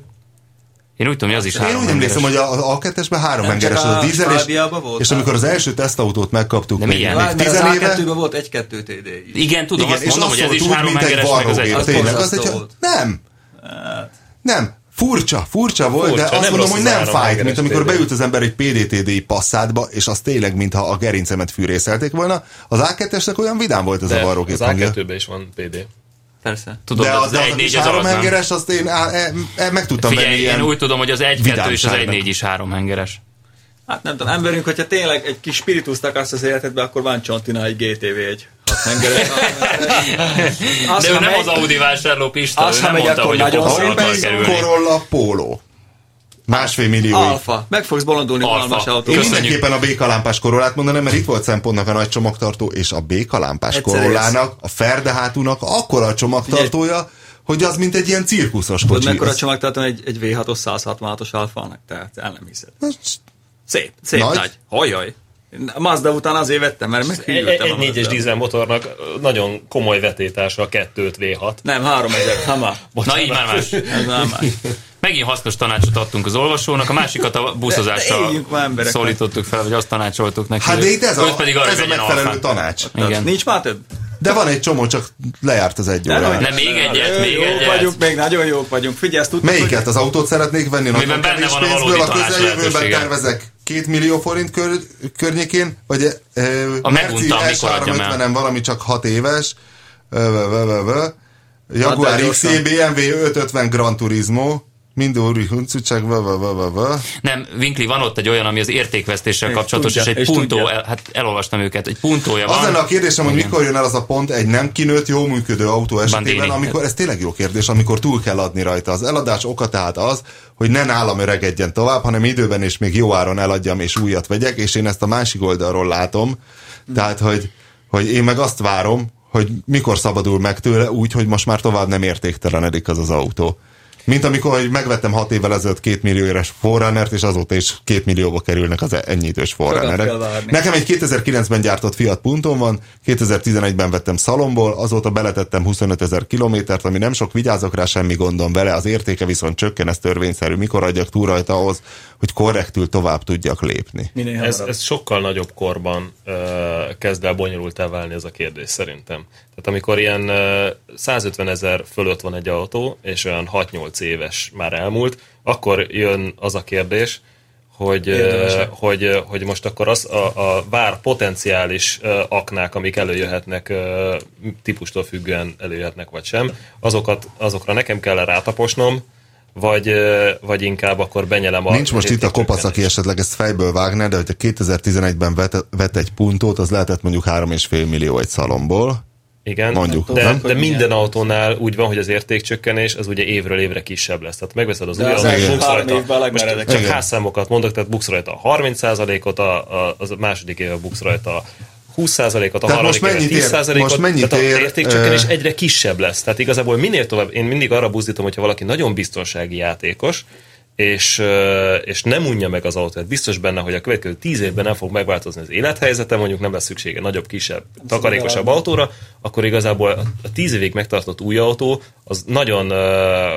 S4: Én úgy tudom, hogy az is
S6: Én
S4: három
S6: úgy emlékszem,
S4: hengeres.
S6: hogy a, a A2-esben három
S5: Nem,
S6: hengeres
S5: csak
S6: az a
S5: a
S6: dízel, és,
S5: Stábiában volt
S6: és
S5: három.
S6: amikor az első tesztautót megkaptuk,
S4: De
S6: még,
S4: milyen?
S6: még
S5: Mert az
S6: 10 éve,
S5: A2-ben volt egy-kettő TD is.
S4: Igen, tudom, azt
S6: és
S4: mondom, hogy ez is három
S6: mint egy
S4: hengeres, meg az
S6: varrógép,
S5: az
S4: egy.
S6: tényleg. Az
S5: borzasztó
S6: egy,
S5: volt.
S6: nem, nem, furcsa, furcsa volt,
S3: Furcsa,
S6: de
S3: nem
S6: azt mondom,
S3: rossz
S6: hogy
S3: az
S6: nem
S3: három
S6: fájt,
S3: hengeres
S6: mint amikor
S3: TD.
S6: beült az ember egy PDTD passzádba, és az tényleg, mintha a gerincemet fűrészelték volna. Az A2-esnek olyan vidám volt ez
S3: De
S6: a varrógép
S3: az
S6: hangja.
S3: A2-ben is van PD.
S5: Persze.
S4: Tudod,
S6: de
S4: de az
S6: de a
S4: 1.4
S6: kis
S4: az az
S6: három
S4: nem.
S6: hengeres, azt én á, e, e, meg tudtam venni
S4: Figyelj, én
S6: ilyen.
S4: úgy tudom, hogy az 1.2 és az
S6: vidámságnak.
S4: 1.4 is három hengeres.
S5: Hát nem tudom, emberünk, hogyha tényleg egy kis spirituszt akarsz az életedbe, akkor van Csontina egy GTV egy hat hengeres. Azt,
S4: De ő
S5: ha
S4: nem
S5: megy-
S4: az Audi vásárló Pista,
S5: Azt,
S4: ő
S5: ha
S4: nem
S5: megy,
S4: mondta,
S5: akkor
S4: hogy a
S5: nagyon
S4: bosszú
S5: szép
S4: akar
S6: Egy
S4: kerülni.
S6: Corolla Póló. Másfél millió.
S5: Alfa. Meg fogsz bolondulni
S4: Alfa.
S5: unalmas autó.
S6: Én
S4: Köszönjük.
S6: mindenképpen a békalámpás korollát mondanám, mert itt volt szempontnak a nagy csomagtartó, és a békalámpás
S5: Egyszerű
S6: korollának, a ferdehátúnak akkora a csomagtartója, hogy az mint egy ilyen cirkuszos
S5: Tudod,
S6: kocsi.
S5: mekkora
S6: Ez-
S5: csomagtartom egy, egy V6-os 166-os alfának, tehát el nem hiszed. Szép, szép
S6: Nagy?
S5: nagy. nagy. Hajjaj. A Mazda után azért vettem, mert
S3: Egy,
S5: meghűltem.
S3: egy négyes dízel motornak nagyon komoly vetétársa a 2 V6.
S5: Nem, 3000, ha már.
S4: Na így már más.
S5: Ez már már.
S4: Megint hasznos tanácsot adtunk az olvasónak, a másikat a
S5: De- de
S4: buszozással
S5: éljünk már emberek.
S4: szólítottuk fel, vagy azt tanácsoltuk neki.
S6: Hát de
S4: hogy-
S6: itt ez
S4: őt
S6: a,
S4: pedig arra
S6: ez a
S4: vegyen
S6: megfelelő
S4: alfát.
S6: tanács.
S4: Igen.
S5: Nincs már több?
S6: De van egy csomó, csak lejárt az egy óra.
S4: De még egyet,
S5: Ö,
S4: még
S5: jók
S4: egyet.
S5: vagyunk, még nagyon jók vagyunk. Figyelj, ezt tudtuk,
S6: Melyiket? Az autót szeretnék venni? Nagyon
S4: Amiben benne
S6: kevés
S4: van a
S6: pénzből,
S4: valódi
S6: a
S4: tanács
S6: közeljövőben
S4: lehetősége.
S6: tervezek 2 millió forint kör, környékén, vagy e,
S4: A meguntam, mikor adjam el?
S6: S350-en valami csak 6 éves, ö, ö, ö, ö, ö.
S5: Hát
S6: Jaguar
S5: de
S6: XC,
S5: gyorsan.
S6: BMW 550 Gran Turismo, Mindóri huncutság, va, va, va, va, va.
S4: Nem, Winkli, van ott egy olyan, ami az értékvesztéssel
S5: És
S4: kapcsolatos,
S5: tudja,
S4: és egy
S5: és
S4: puntó,
S5: tudja.
S4: el, hát elolvastam őket, egy puntója
S6: Az
S4: van.
S6: lenne a kérdésem, hogy mikor jön el az a pont egy nem kinőtt, jó működő autó esetében,
S4: Bandini.
S6: amikor, ez tényleg jó kérdés, amikor túl kell adni rajta. Az eladás oka tehát az, hogy ne nálam öregedjen tovább, hanem időben és még jó áron eladjam és újat vegyek, és én ezt a másik oldalról látom. Tehát, hogy, hogy én meg azt várom, hogy mikor szabadul meg tőle úgy, hogy most már tovább nem értéktelenedik az az autó. Mint amikor hogy megvettem hat évvel ezelőtt két millió éres forránert, és azóta is két millióba kerülnek az e- ennyi idős forránerek.
S5: kell várni.
S6: Nekem egy 2009-ben gyártott Fiat Punton van, 2011-ben vettem szalomból, azóta beletettem 25 ezer kilométert, ami nem sok, vigyázok rá, semmi gondom vele, az értéke viszont csökken, ez törvényszerű, mikor adjak túl rajta ahhoz, hogy korrektül tovább tudjak lépni.
S5: Minél
S3: Ez,
S5: hamarabb.
S3: ez sokkal nagyobb korban ö, kezd el bonyolultá válni ez a kérdés szerintem. Tehát amikor ilyen ö, 150 ezer fölött van egy autó, és olyan 6-8 éves már elmúlt, akkor jön az a kérdés, hogy,
S5: Érdemes.
S3: ö, hogy, ö, hogy most akkor az a, a vár potenciális ö, aknák, amik előjöhetnek, ö, típustól függően előjöhetnek vagy sem, azokat, azokra nekem kell rátaposnom, vagy, ö, vagy inkább akkor benyelem a...
S6: Nincs most itt a kopasz, aki
S3: értékcsökkenést.
S6: esetleg ezt fejből vágná, de hogyha 2011-ben vett, vett egy puntót, az lehetett mondjuk 3,5 millió egy szalomból.
S3: Igen,
S6: Mondjuk,
S3: de,
S6: nem?
S3: de minden autónál úgy van, hogy az értékcsökkenés az ugye évről évre kisebb lesz. Tehát megveszed az új
S5: De az
S3: autót,
S5: első
S3: buksz
S5: három
S3: rajta-
S5: évben a
S3: most
S5: legmeredek.
S3: Csak
S6: Igen.
S3: házszámokat mondok, tehát buksz rajta a 30%-ot, a, a, az a második éve buksz rajta a 20%-ot, a
S6: Tehát
S3: harmadik
S6: most
S3: éve
S6: mennyit ér-
S3: 10%-ot,
S6: most mennyit
S3: tehát
S6: ér,
S3: a értékcsökkenés
S6: ö-
S3: egyre kisebb lesz. Tehát igazából minél tovább, én mindig arra buzdítom, hogyha valaki nagyon biztonsági játékos, és, ö, és nem unja meg az autót. Biztos benne, hogy a következő tíz évben nem fog megváltozni az élethelyzete, mondjuk nem lesz szüksége nagyobb, kisebb, takarékosabb autóra, akkor igazából a tíz évig megtartott új autó az nagyon ö,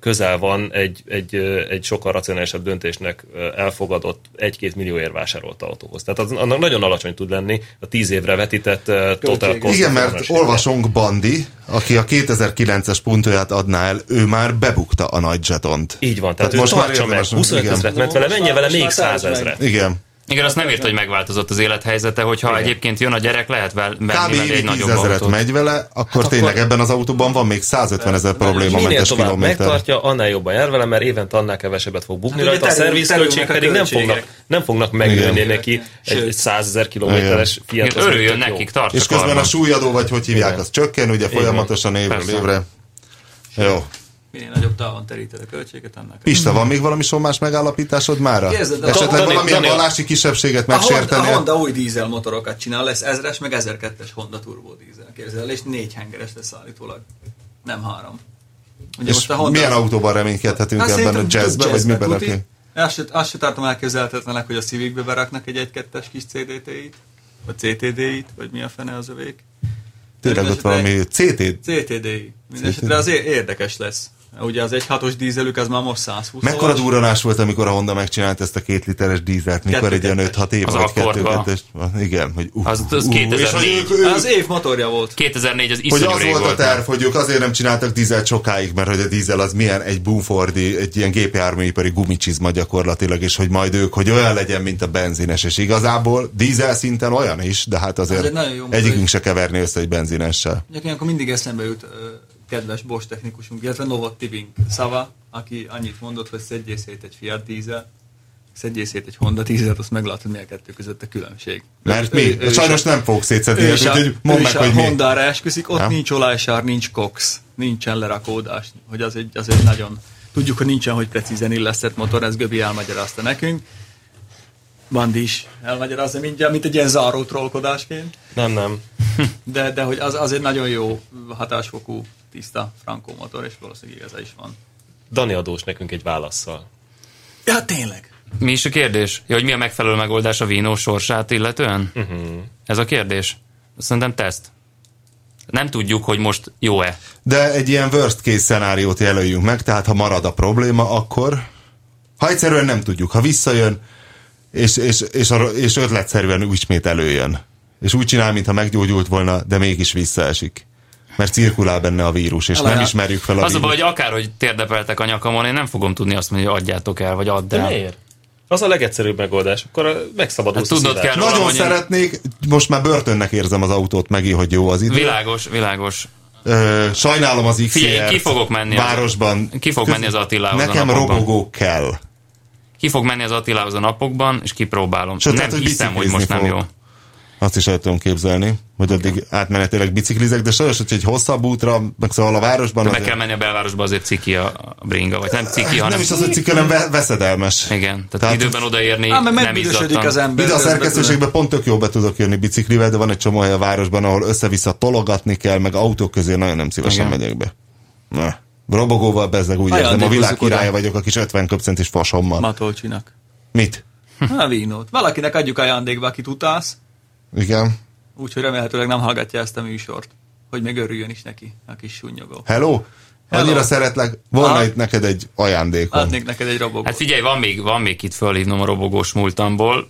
S3: közel van egy, egy, ö, egy sokkal racionálisabb döntésnek ö, elfogadott egy-két millióért vásárolt autóhoz. Tehát az, annak nagyon alacsony tud lenni a tíz évre vetített ö, total cost.
S6: Igen,
S3: of
S6: mert
S3: ownership.
S6: olvasónk Bandi, aki a 2009-es puntóját adná el, ő már bebukta a nagy zsetont.
S3: Így van, tehát,
S6: Tehát Hát most
S3: tehát
S6: már
S3: most már meg, 25
S6: érdemes, igen.
S3: ezret ment vele, menjen vele
S5: Most már
S3: még
S5: tartsd
S3: 100
S5: meg.
S3: ezret.
S6: Igen.
S4: Igen, azt nem írt, hogy megváltozott az élethelyzete, hogyha Igen. egyébként jön a gyerek, lehet vel,
S6: kb.
S4: venni vele egy
S6: évi
S4: nagyobb
S6: 10
S4: autót.
S6: ezeret
S4: Hát
S6: megy vele, akkor tényleg ebben az autóban van még 150 ezer probléma
S3: Minél
S6: mentes
S3: tovább
S6: kilométer.
S3: megtartja, annál jobban jár vele, mert évente annál kevesebbet fog bukni
S5: Hát ugye
S3: rajta, a
S5: terül-
S3: szervizköltség
S5: terülnek a
S3: pedig nem
S5: költségek.
S3: fognak, nem fognak megnőni
S6: Igen.
S3: neki egy 100 ezer kilométeres
S4: Igen,
S3: Fiat. az
S4: örüljön
S3: tök jó.
S4: nekik, tartsa
S6: És közben
S4: karban.
S6: a súlyadó, vagy hogy hívják,
S3: Igen.
S6: az csökken, ugye folyamatosan évről
S4: Persze.
S6: évre. Jó.
S5: Minél nagyobb távon teríted a költséget, annál
S6: Pista, van még valami sommás megállapításod mára?
S5: Érzed, de-
S6: Esetleg
S3: Dani-
S6: valamilyen
S3: Dani-
S6: vallási kisebbséget
S5: A Honda, a
S6: megsérteni?
S5: Honda új dízel motorokat csinál, lesz 1000-es, meg 1002-es Honda turbo dízel, képzeld el, és négy hengeres lesz állítólag. Nem három. Ugye
S6: És milyen autóban reménykedhetünk
S5: Hát
S6: ebben a
S5: szerintem
S6: jazzben, vagy
S5: jazzbe,
S6: miben?
S5: tuti.
S6: aki-
S5: Azt se, azt se tartom elképzelhetetlenek, hogy a Civicbe beraknak egy 1-2-es kis CDT-it, vagy CTD-it, vagy mi a fene az övék.
S6: Tényleg ott
S5: Mindenesetre
S6: valami CT
S5: CTD. Mindenesetre az é- érdekes lesz. Ugye az 1.6-os dízelük, az már most Szóval 120
S6: Mekkora durranás volt, amikor a Honda megcsinált ezt a két literes dízelt, mikor egy ilyen 5-6 év
S4: Az
S6: vagy
S4: akkordba.
S6: 2 Igen, hogy uh,
S4: Az- az
S6: uh,
S4: 2004.
S6: és hogy ők, ők,
S5: Az év motorja volt.
S4: 2004 az
S6: hogy
S4: iszonyú
S6: az
S4: rég
S6: volt a
S4: volt.
S6: terv, hogy ők azért nem csináltak dízelt sokáig, mert hogy a dízel az milyen egy boomfordi, egy ilyen gépjárműipari gumicsizma gyakorlatilag, és hogy majd ők, hogy olyan legyen, mint a benzines, és igazából dízel szinten olyan is, de hát
S5: Ez egy
S6: azért
S5: nagyon jó motor.
S6: egyikünk se keverni össze egy benzinessel.
S5: Nekem akkor mindig eszembe jut ö, kedves Bosch technikusunk, illetve Novot Tibing Szava, aki annyit mondott, hogy szedjél szét egy Fiat dízel, szedjél szét egy Honda dízelt, azt meglátod, mi a kettő között a különbség.
S6: Mert
S5: Ő-
S6: mi? Hát
S5: ő is
S6: Sajnos
S5: a-
S6: nem fogok szétszedni,
S5: Ő is
S6: ilyet,
S5: a,
S6: úgyhogy
S5: ő
S6: mondd
S5: is
S6: meg,
S5: a
S6: hogy mi.
S5: Hondára esküszik, ott
S6: Nem?
S5: nincs olajsár, nincs cox, nincsen lerakódás, hogy az egy, az egy nagyon... Tudjuk, hogy nincsen, hogy precízen illesztett motor, ez Göbi elmagyarázta nekünk. Bandi is elmagyarázza mindjárt, mint egy ilyen záró trollkodásként.
S3: Nem, nem.
S5: De, de hogy az, az egy nagyon jó hatásfokú, tiszta frankó motor, és valószínűleg igaza is van.
S3: Dani adós nekünk egy válaszsal.
S5: Ja, tényleg.
S4: Mi is a kérdés? Ja, hogy mi a megfelelő megoldás a vínó sorsát illetően? Uh-huh.
S6: Mhm.
S4: Ez a kérdés. Szerintem teszt. Nem tudjuk, hogy most jó-e.
S6: De egy ilyen worst case szenáriót jelöljünk meg, tehát ha marad a probléma, akkor ha egyszerűen nem tudjuk, ha visszajön, és, és, és, a, és ötletszerűen úgy ismét előjön. És úgy csinál, mintha meggyógyult volna, de mégis visszaesik. Mert cirkulál benne a vírus, és nem
S5: Elena,
S6: ismerjük fel a
S4: Az a baj,
S6: vírus.
S4: hogy akárhogy térdepeltek a nyakamon, én nem fogom tudni azt mondani, hogy adjátok el, vagy add el.
S3: Az a legegyszerűbb megoldás, akkor ö, megszabadulsz
S4: Hát
S3: a
S4: tudnod
S3: szívás.
S4: kell-
S6: Nagyon
S4: Valahogy-
S6: szeretnék, most már börtönnek érzem az autót megint, hogy jó az idő.
S4: Világos, világos.
S6: Ö, sajnálom az XR
S4: Figyelj, ki fogok menni az-
S6: városban.
S4: ki fogok menni az Attilához a
S6: Nekem
S4: napokban.
S6: robogó kell.
S4: Ki fog menni az Attilához a napokban, és kipróbálom.
S6: Sőt,
S4: Sőt, nem
S6: hát, hogy
S4: hiszem, hogy most
S6: biciklizni
S4: nem jó.
S6: fogok. Azt is el tudom képzelni, hogy addig átmenetileg biciklizek, de sajnos, hogy egy hosszabb útra, meg szóval a városban...
S4: Meg
S6: azért-
S4: kell menni a belvárosba, azért ciki a a bringa, vagy nem ciki, hanem...
S6: nem is az, hogy cikk, hanem ve- veszedelmes.
S4: Igen, tehát,
S6: Tehát-
S4: időben odaérni
S5: Ám, mert
S4: nem
S5: megbüdösödik
S4: izzadtan.
S5: az ember.
S6: Ide a
S5: közben,
S6: szerkesztőségbe pont tök jó be tudok jönni biciklivel, de van egy csomó hely a városban, ahol össze-vissza tologatni kell, meg autók közé nagyon nem szívesen
S4: Igen.
S6: megyek be. Na. Robogóval bezzeg úgy
S5: Ajaj,
S6: érzem, a
S5: addig
S6: világ
S5: húzzuk oda.
S6: királya vagyok a kis 50 köpcentis fasommal.
S5: Matolcsinak.
S6: Mit?
S4: Hm.
S5: Na, vínót. Valakinek adjuk ajándékba, akit utálsz,
S6: Igen.
S5: úgyhogy remélhetőleg nem hallgatja ezt a műsort. Hogy még örüljön is neki, a kis sunnyogó.
S6: Hello?
S5: Hello.
S6: Annyira szeretlek. Volna
S5: Aha.
S6: itt neked egy ajándékom.
S5: Adnék neked egy robogót.
S4: Hát figyelj, van még, van még itt fölhívnom a robogós múltamból,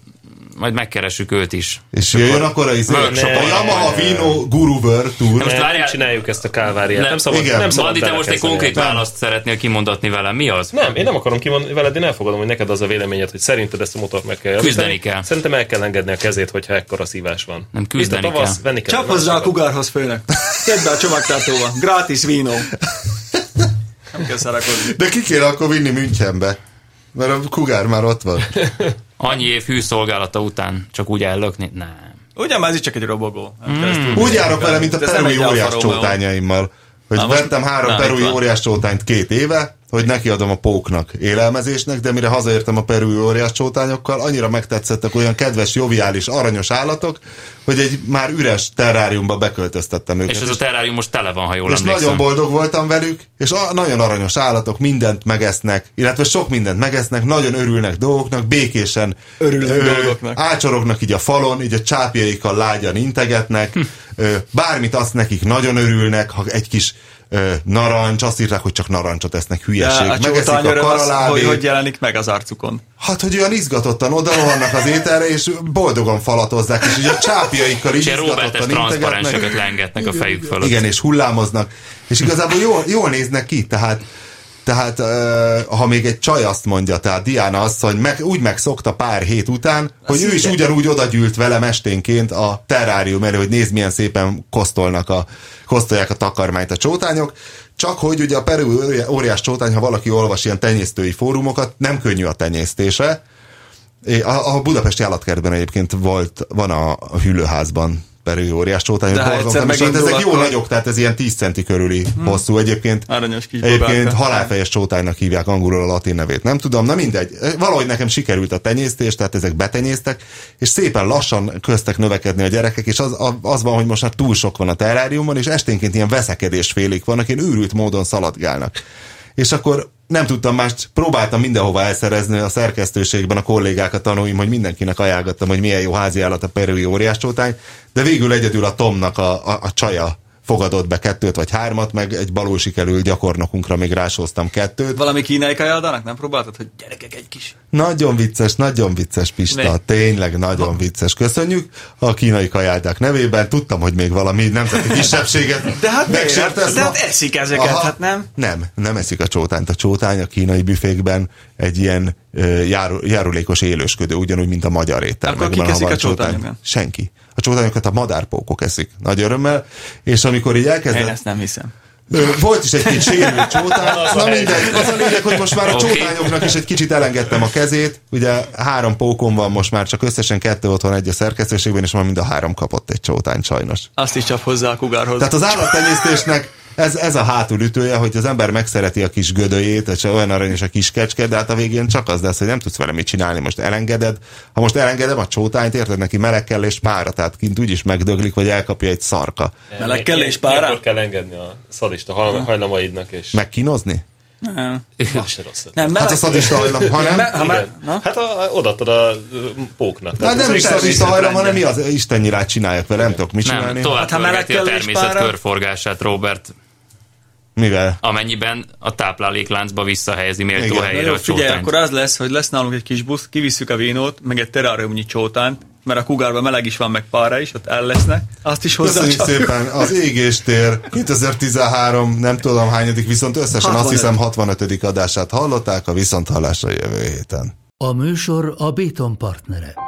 S4: majd megkeressük őt is.
S6: És jöjjön akkor a izé.
S3: Workshop.
S6: A Yamaha Vino Guru World Tour.
S4: Most
S3: Most
S4: várjál-
S3: nem csináljuk ezt a kálváriát.
S4: Nem.
S3: Nem, szabad,
S6: Igen.
S3: nem szabad
S4: Bandi, te most egy
S3: belekezdeni.
S4: konkrét választ szeretnél kimondatni velem. Mi az?
S3: Nem, én nem akarom kimondani veled, én elfogadom, hogy neked az a véleményed, hogy szerinted ezt a motort meg kell javítani.
S4: Küzdeni kell.
S3: Szerintem el kell engedni a kezét, hogyha ekkora szívás van.
S4: Nem, küzdeni
S3: Itt a tavasz,
S4: kell.
S3: Venni kell
S5: Csap hozzá a kugárhoz főnök. Tedd be a csomagtartóba. Gratis vínó. Nem kell szarakodni.
S6: De ki kéne akkor vinni Münchenbe? Mert a kugár már ott van.
S4: Annyi év hűszolgálata után csak úgy ellökni? Nem.
S5: Ugyan már ez is csak egy robogó. Nem
S4: Hmm.
S5: kell ezt tudni.
S6: Úgy járok vele, mint a
S5: De ez nem
S6: perui
S5: egy Alfa
S6: óriás
S5: Romeo.
S6: csótányaimmal. Hogy
S5: Na, most-
S6: vettem három
S5: na,
S6: perui
S5: itt van.
S6: óriás csótányt két éve, hogy nekiadom a póknak, élelmezésnek, de mire hazaértem a perui óriás csótányokkal, annyira megtetszettek olyan kedves, joviális, aranyos állatok, hogy egy már üres terráriumba beköltöztettem őket.
S4: És ez a terrárium most tele van, ha jól
S6: és
S4: emlékszem.
S6: nagyon boldog voltam velük, és a, nagyon aranyos állatok, mindent megesznek, illetve sok mindent megesznek, nagyon örülnek dolgoknak, békésen
S5: Örülnek dolgoknak.
S6: ácsorognak így a falon, így a csápjaikkal lágyan integetnek,
S5: Hm.
S6: ö, bármit azt nekik nagyon örülnek, ha egy kis ö, narancs, azt írták, hogy csak narancsot esznek, hülyeség.
S5: De a
S6: Megeszik
S5: csótány
S6: a
S5: öröm az, hogy
S6: karalábét.
S5: hogy jelenik meg az arcukon.
S6: Hát, hogy olyan izgatottan odarohannak az ételre, és boldogan falatozzák, és így a csápjaikkal így
S4: És ilyen Robertes
S6: izgatottan integetnek.
S4: transzparenseket lengetnek a fejük fölött.
S6: Igen, és hullámoznak. És igazából jól, jól néznek ki, tehát tehát ö, ha még egy csaj azt mondja, tehát Diana azt, hogy meg, úgy megszokta pár hét után, hogy ő is ugyanúgy odagyűlt velem esténként a terrárium elő, hogy nézd milyen szépen kosztolnak a, kosztolják a takarmányt a csótányok, csak hogy ugye a perú óriás csótány, ha valaki olvas ilyen tenyésztői fórumokat, nem könnyű a tenyésztése, É, A, a Budapesti állatkertben egyébként volt, van a, a hüllőházban perő óriás csótány,
S5: De ha
S6: borzongtam,
S5: egyszer
S6: és hát
S5: megindul,
S6: ezek jó
S5: akkor-
S6: nagyok, tehát ez ilyen 10 centi körüli hmm. hosszú egyébként.
S5: Aranyos kis
S6: Egyébként
S5: babáka.
S6: halálfejes csótánynak hívják angolul a latin nevét. Nem tudom, na mindegy. Eh, Valahogy nekem sikerült a tenyésztés, tehát ezek betenyésztek, és szépen lassan köztek növekedni a gyerekek, és az, a- az van, hogy most már túl sok van a terráriumban, és esténként ilyen veszekedésfélék vannak, ilyen őrült módon szaladgálnak. És akkor nem tudtam mást, próbáltam mindenhova elszerezni a szerkesztőségben a kollégákat, tanulom, hogy mindenkinek ajánlottam, hogy milyen jó háziállat a perui óriáscsótány, de végül egyedül a Tomnak a, a, a csaja fogadott be kettőt vagy hármat, meg egy balul sikerül gyakornokunkra még rásóztam kettőt.
S5: Valami kínai kajádának? Nem próbáltad, hogy gyerekek egy kis
S6: Nagyon vicces, nagyon vicces Pista,
S5: Ne.
S6: tényleg nagyon vicces. Köszönjük a kínai kajáldák nevében. Tudtam, hogy még valami nemzeti kisebbséget
S5: De hát
S6: megsértesz
S5: miért? De
S6: ma.
S5: hát eszik ezeket,
S6: Aha.
S5: hát nem?
S6: Nem, nem eszik a csótányt. A csótány a kínai büfékben egy ilyen ö, járul, járulékos élősködő, ugyanúgy, mint a magyar étel.
S5: Akkor
S6: Megvan,
S5: kik
S6: ha van
S5: eszik a
S6: csótány.
S5: csótányokat?
S6: Senki. A csótányokat a madárpókok eszik. Nagy örömmel. És amikor így
S5: Én
S6: elkezdett...
S5: ezt nem hiszem.
S6: Ö, Volt is egy kicsit sérült csótány, na mindegy, az a lényeg, hogy most már a
S4: Oké.
S6: csótányoknak is egy kicsit elengedtem a kezét, ugye három pókom van most már, csak összesen kettő otthon egy a szerkesztőségben, és már mind a három kapott egy csótányt sajnos.
S5: Azt is csap hozzá a kugárhoz.
S6: Tehát az állattenyésztésnek ez, ez a hátulütője, hogy az ember megszereti a kis gödöjét, és olyan aranyos a kis kecske, de hát a végén csak az lesz, hogy nem tudsz vele mit csinálni, most elengeded. Ha most elengedem a csótányt, érted neki meleg kell és pára, tehát kint úgyis megdöglik, vagy ilyenkor elkapja egy szarka.
S5: Meleg kell és
S3: Akkor
S5: párá?
S3: kell engedni a szadista haj- hajlamaidnak, és
S6: Megkínozni?
S5: Nem,
S3: az se rossz.
S5: nem
S6: Hát
S5: meleg.
S6: a szadista hajlam, ha nem?
S5: Me- ha me-
S3: Igen.
S5: na?
S3: Hát a, a, odaadtad a ö, póknak.
S6: Hát
S3: Tehát
S6: nem
S3: ez
S6: is
S3: még-
S6: szadista hajlam, hanem mi az Isten nyilát csináljak vele, nem tudok mit
S4: Nem,
S6: csinálni.
S4: tovább
S5: Hát, ha meleg
S4: hát, a
S5: kell és
S4: természet
S5: pára-
S4: körforgását, Robert,
S6: Mivel?
S4: amennyiben a táplálékláncba visszahelyezi
S6: Igen.
S4: méltó
S5: Na
S4: helyére
S5: jó,
S4: a
S5: figyelj,
S4: csótányt.
S5: akkor az lesz, hogy lesz nálunk egy kis busz, kivisszük a vénót, meg egy teráriumnyi csótánt, mert a kugárban meleg is van, meg pára is, ott el lesznek. Azt is hozzá
S6: Köszönjük szépen, az égéstér 2013, nem tudom hányadik, viszont összesen azt
S5: 65.
S6: hiszem 65. adását hallották a viszonthallásra jövő héten.
S1: A műsor a Béton partnere.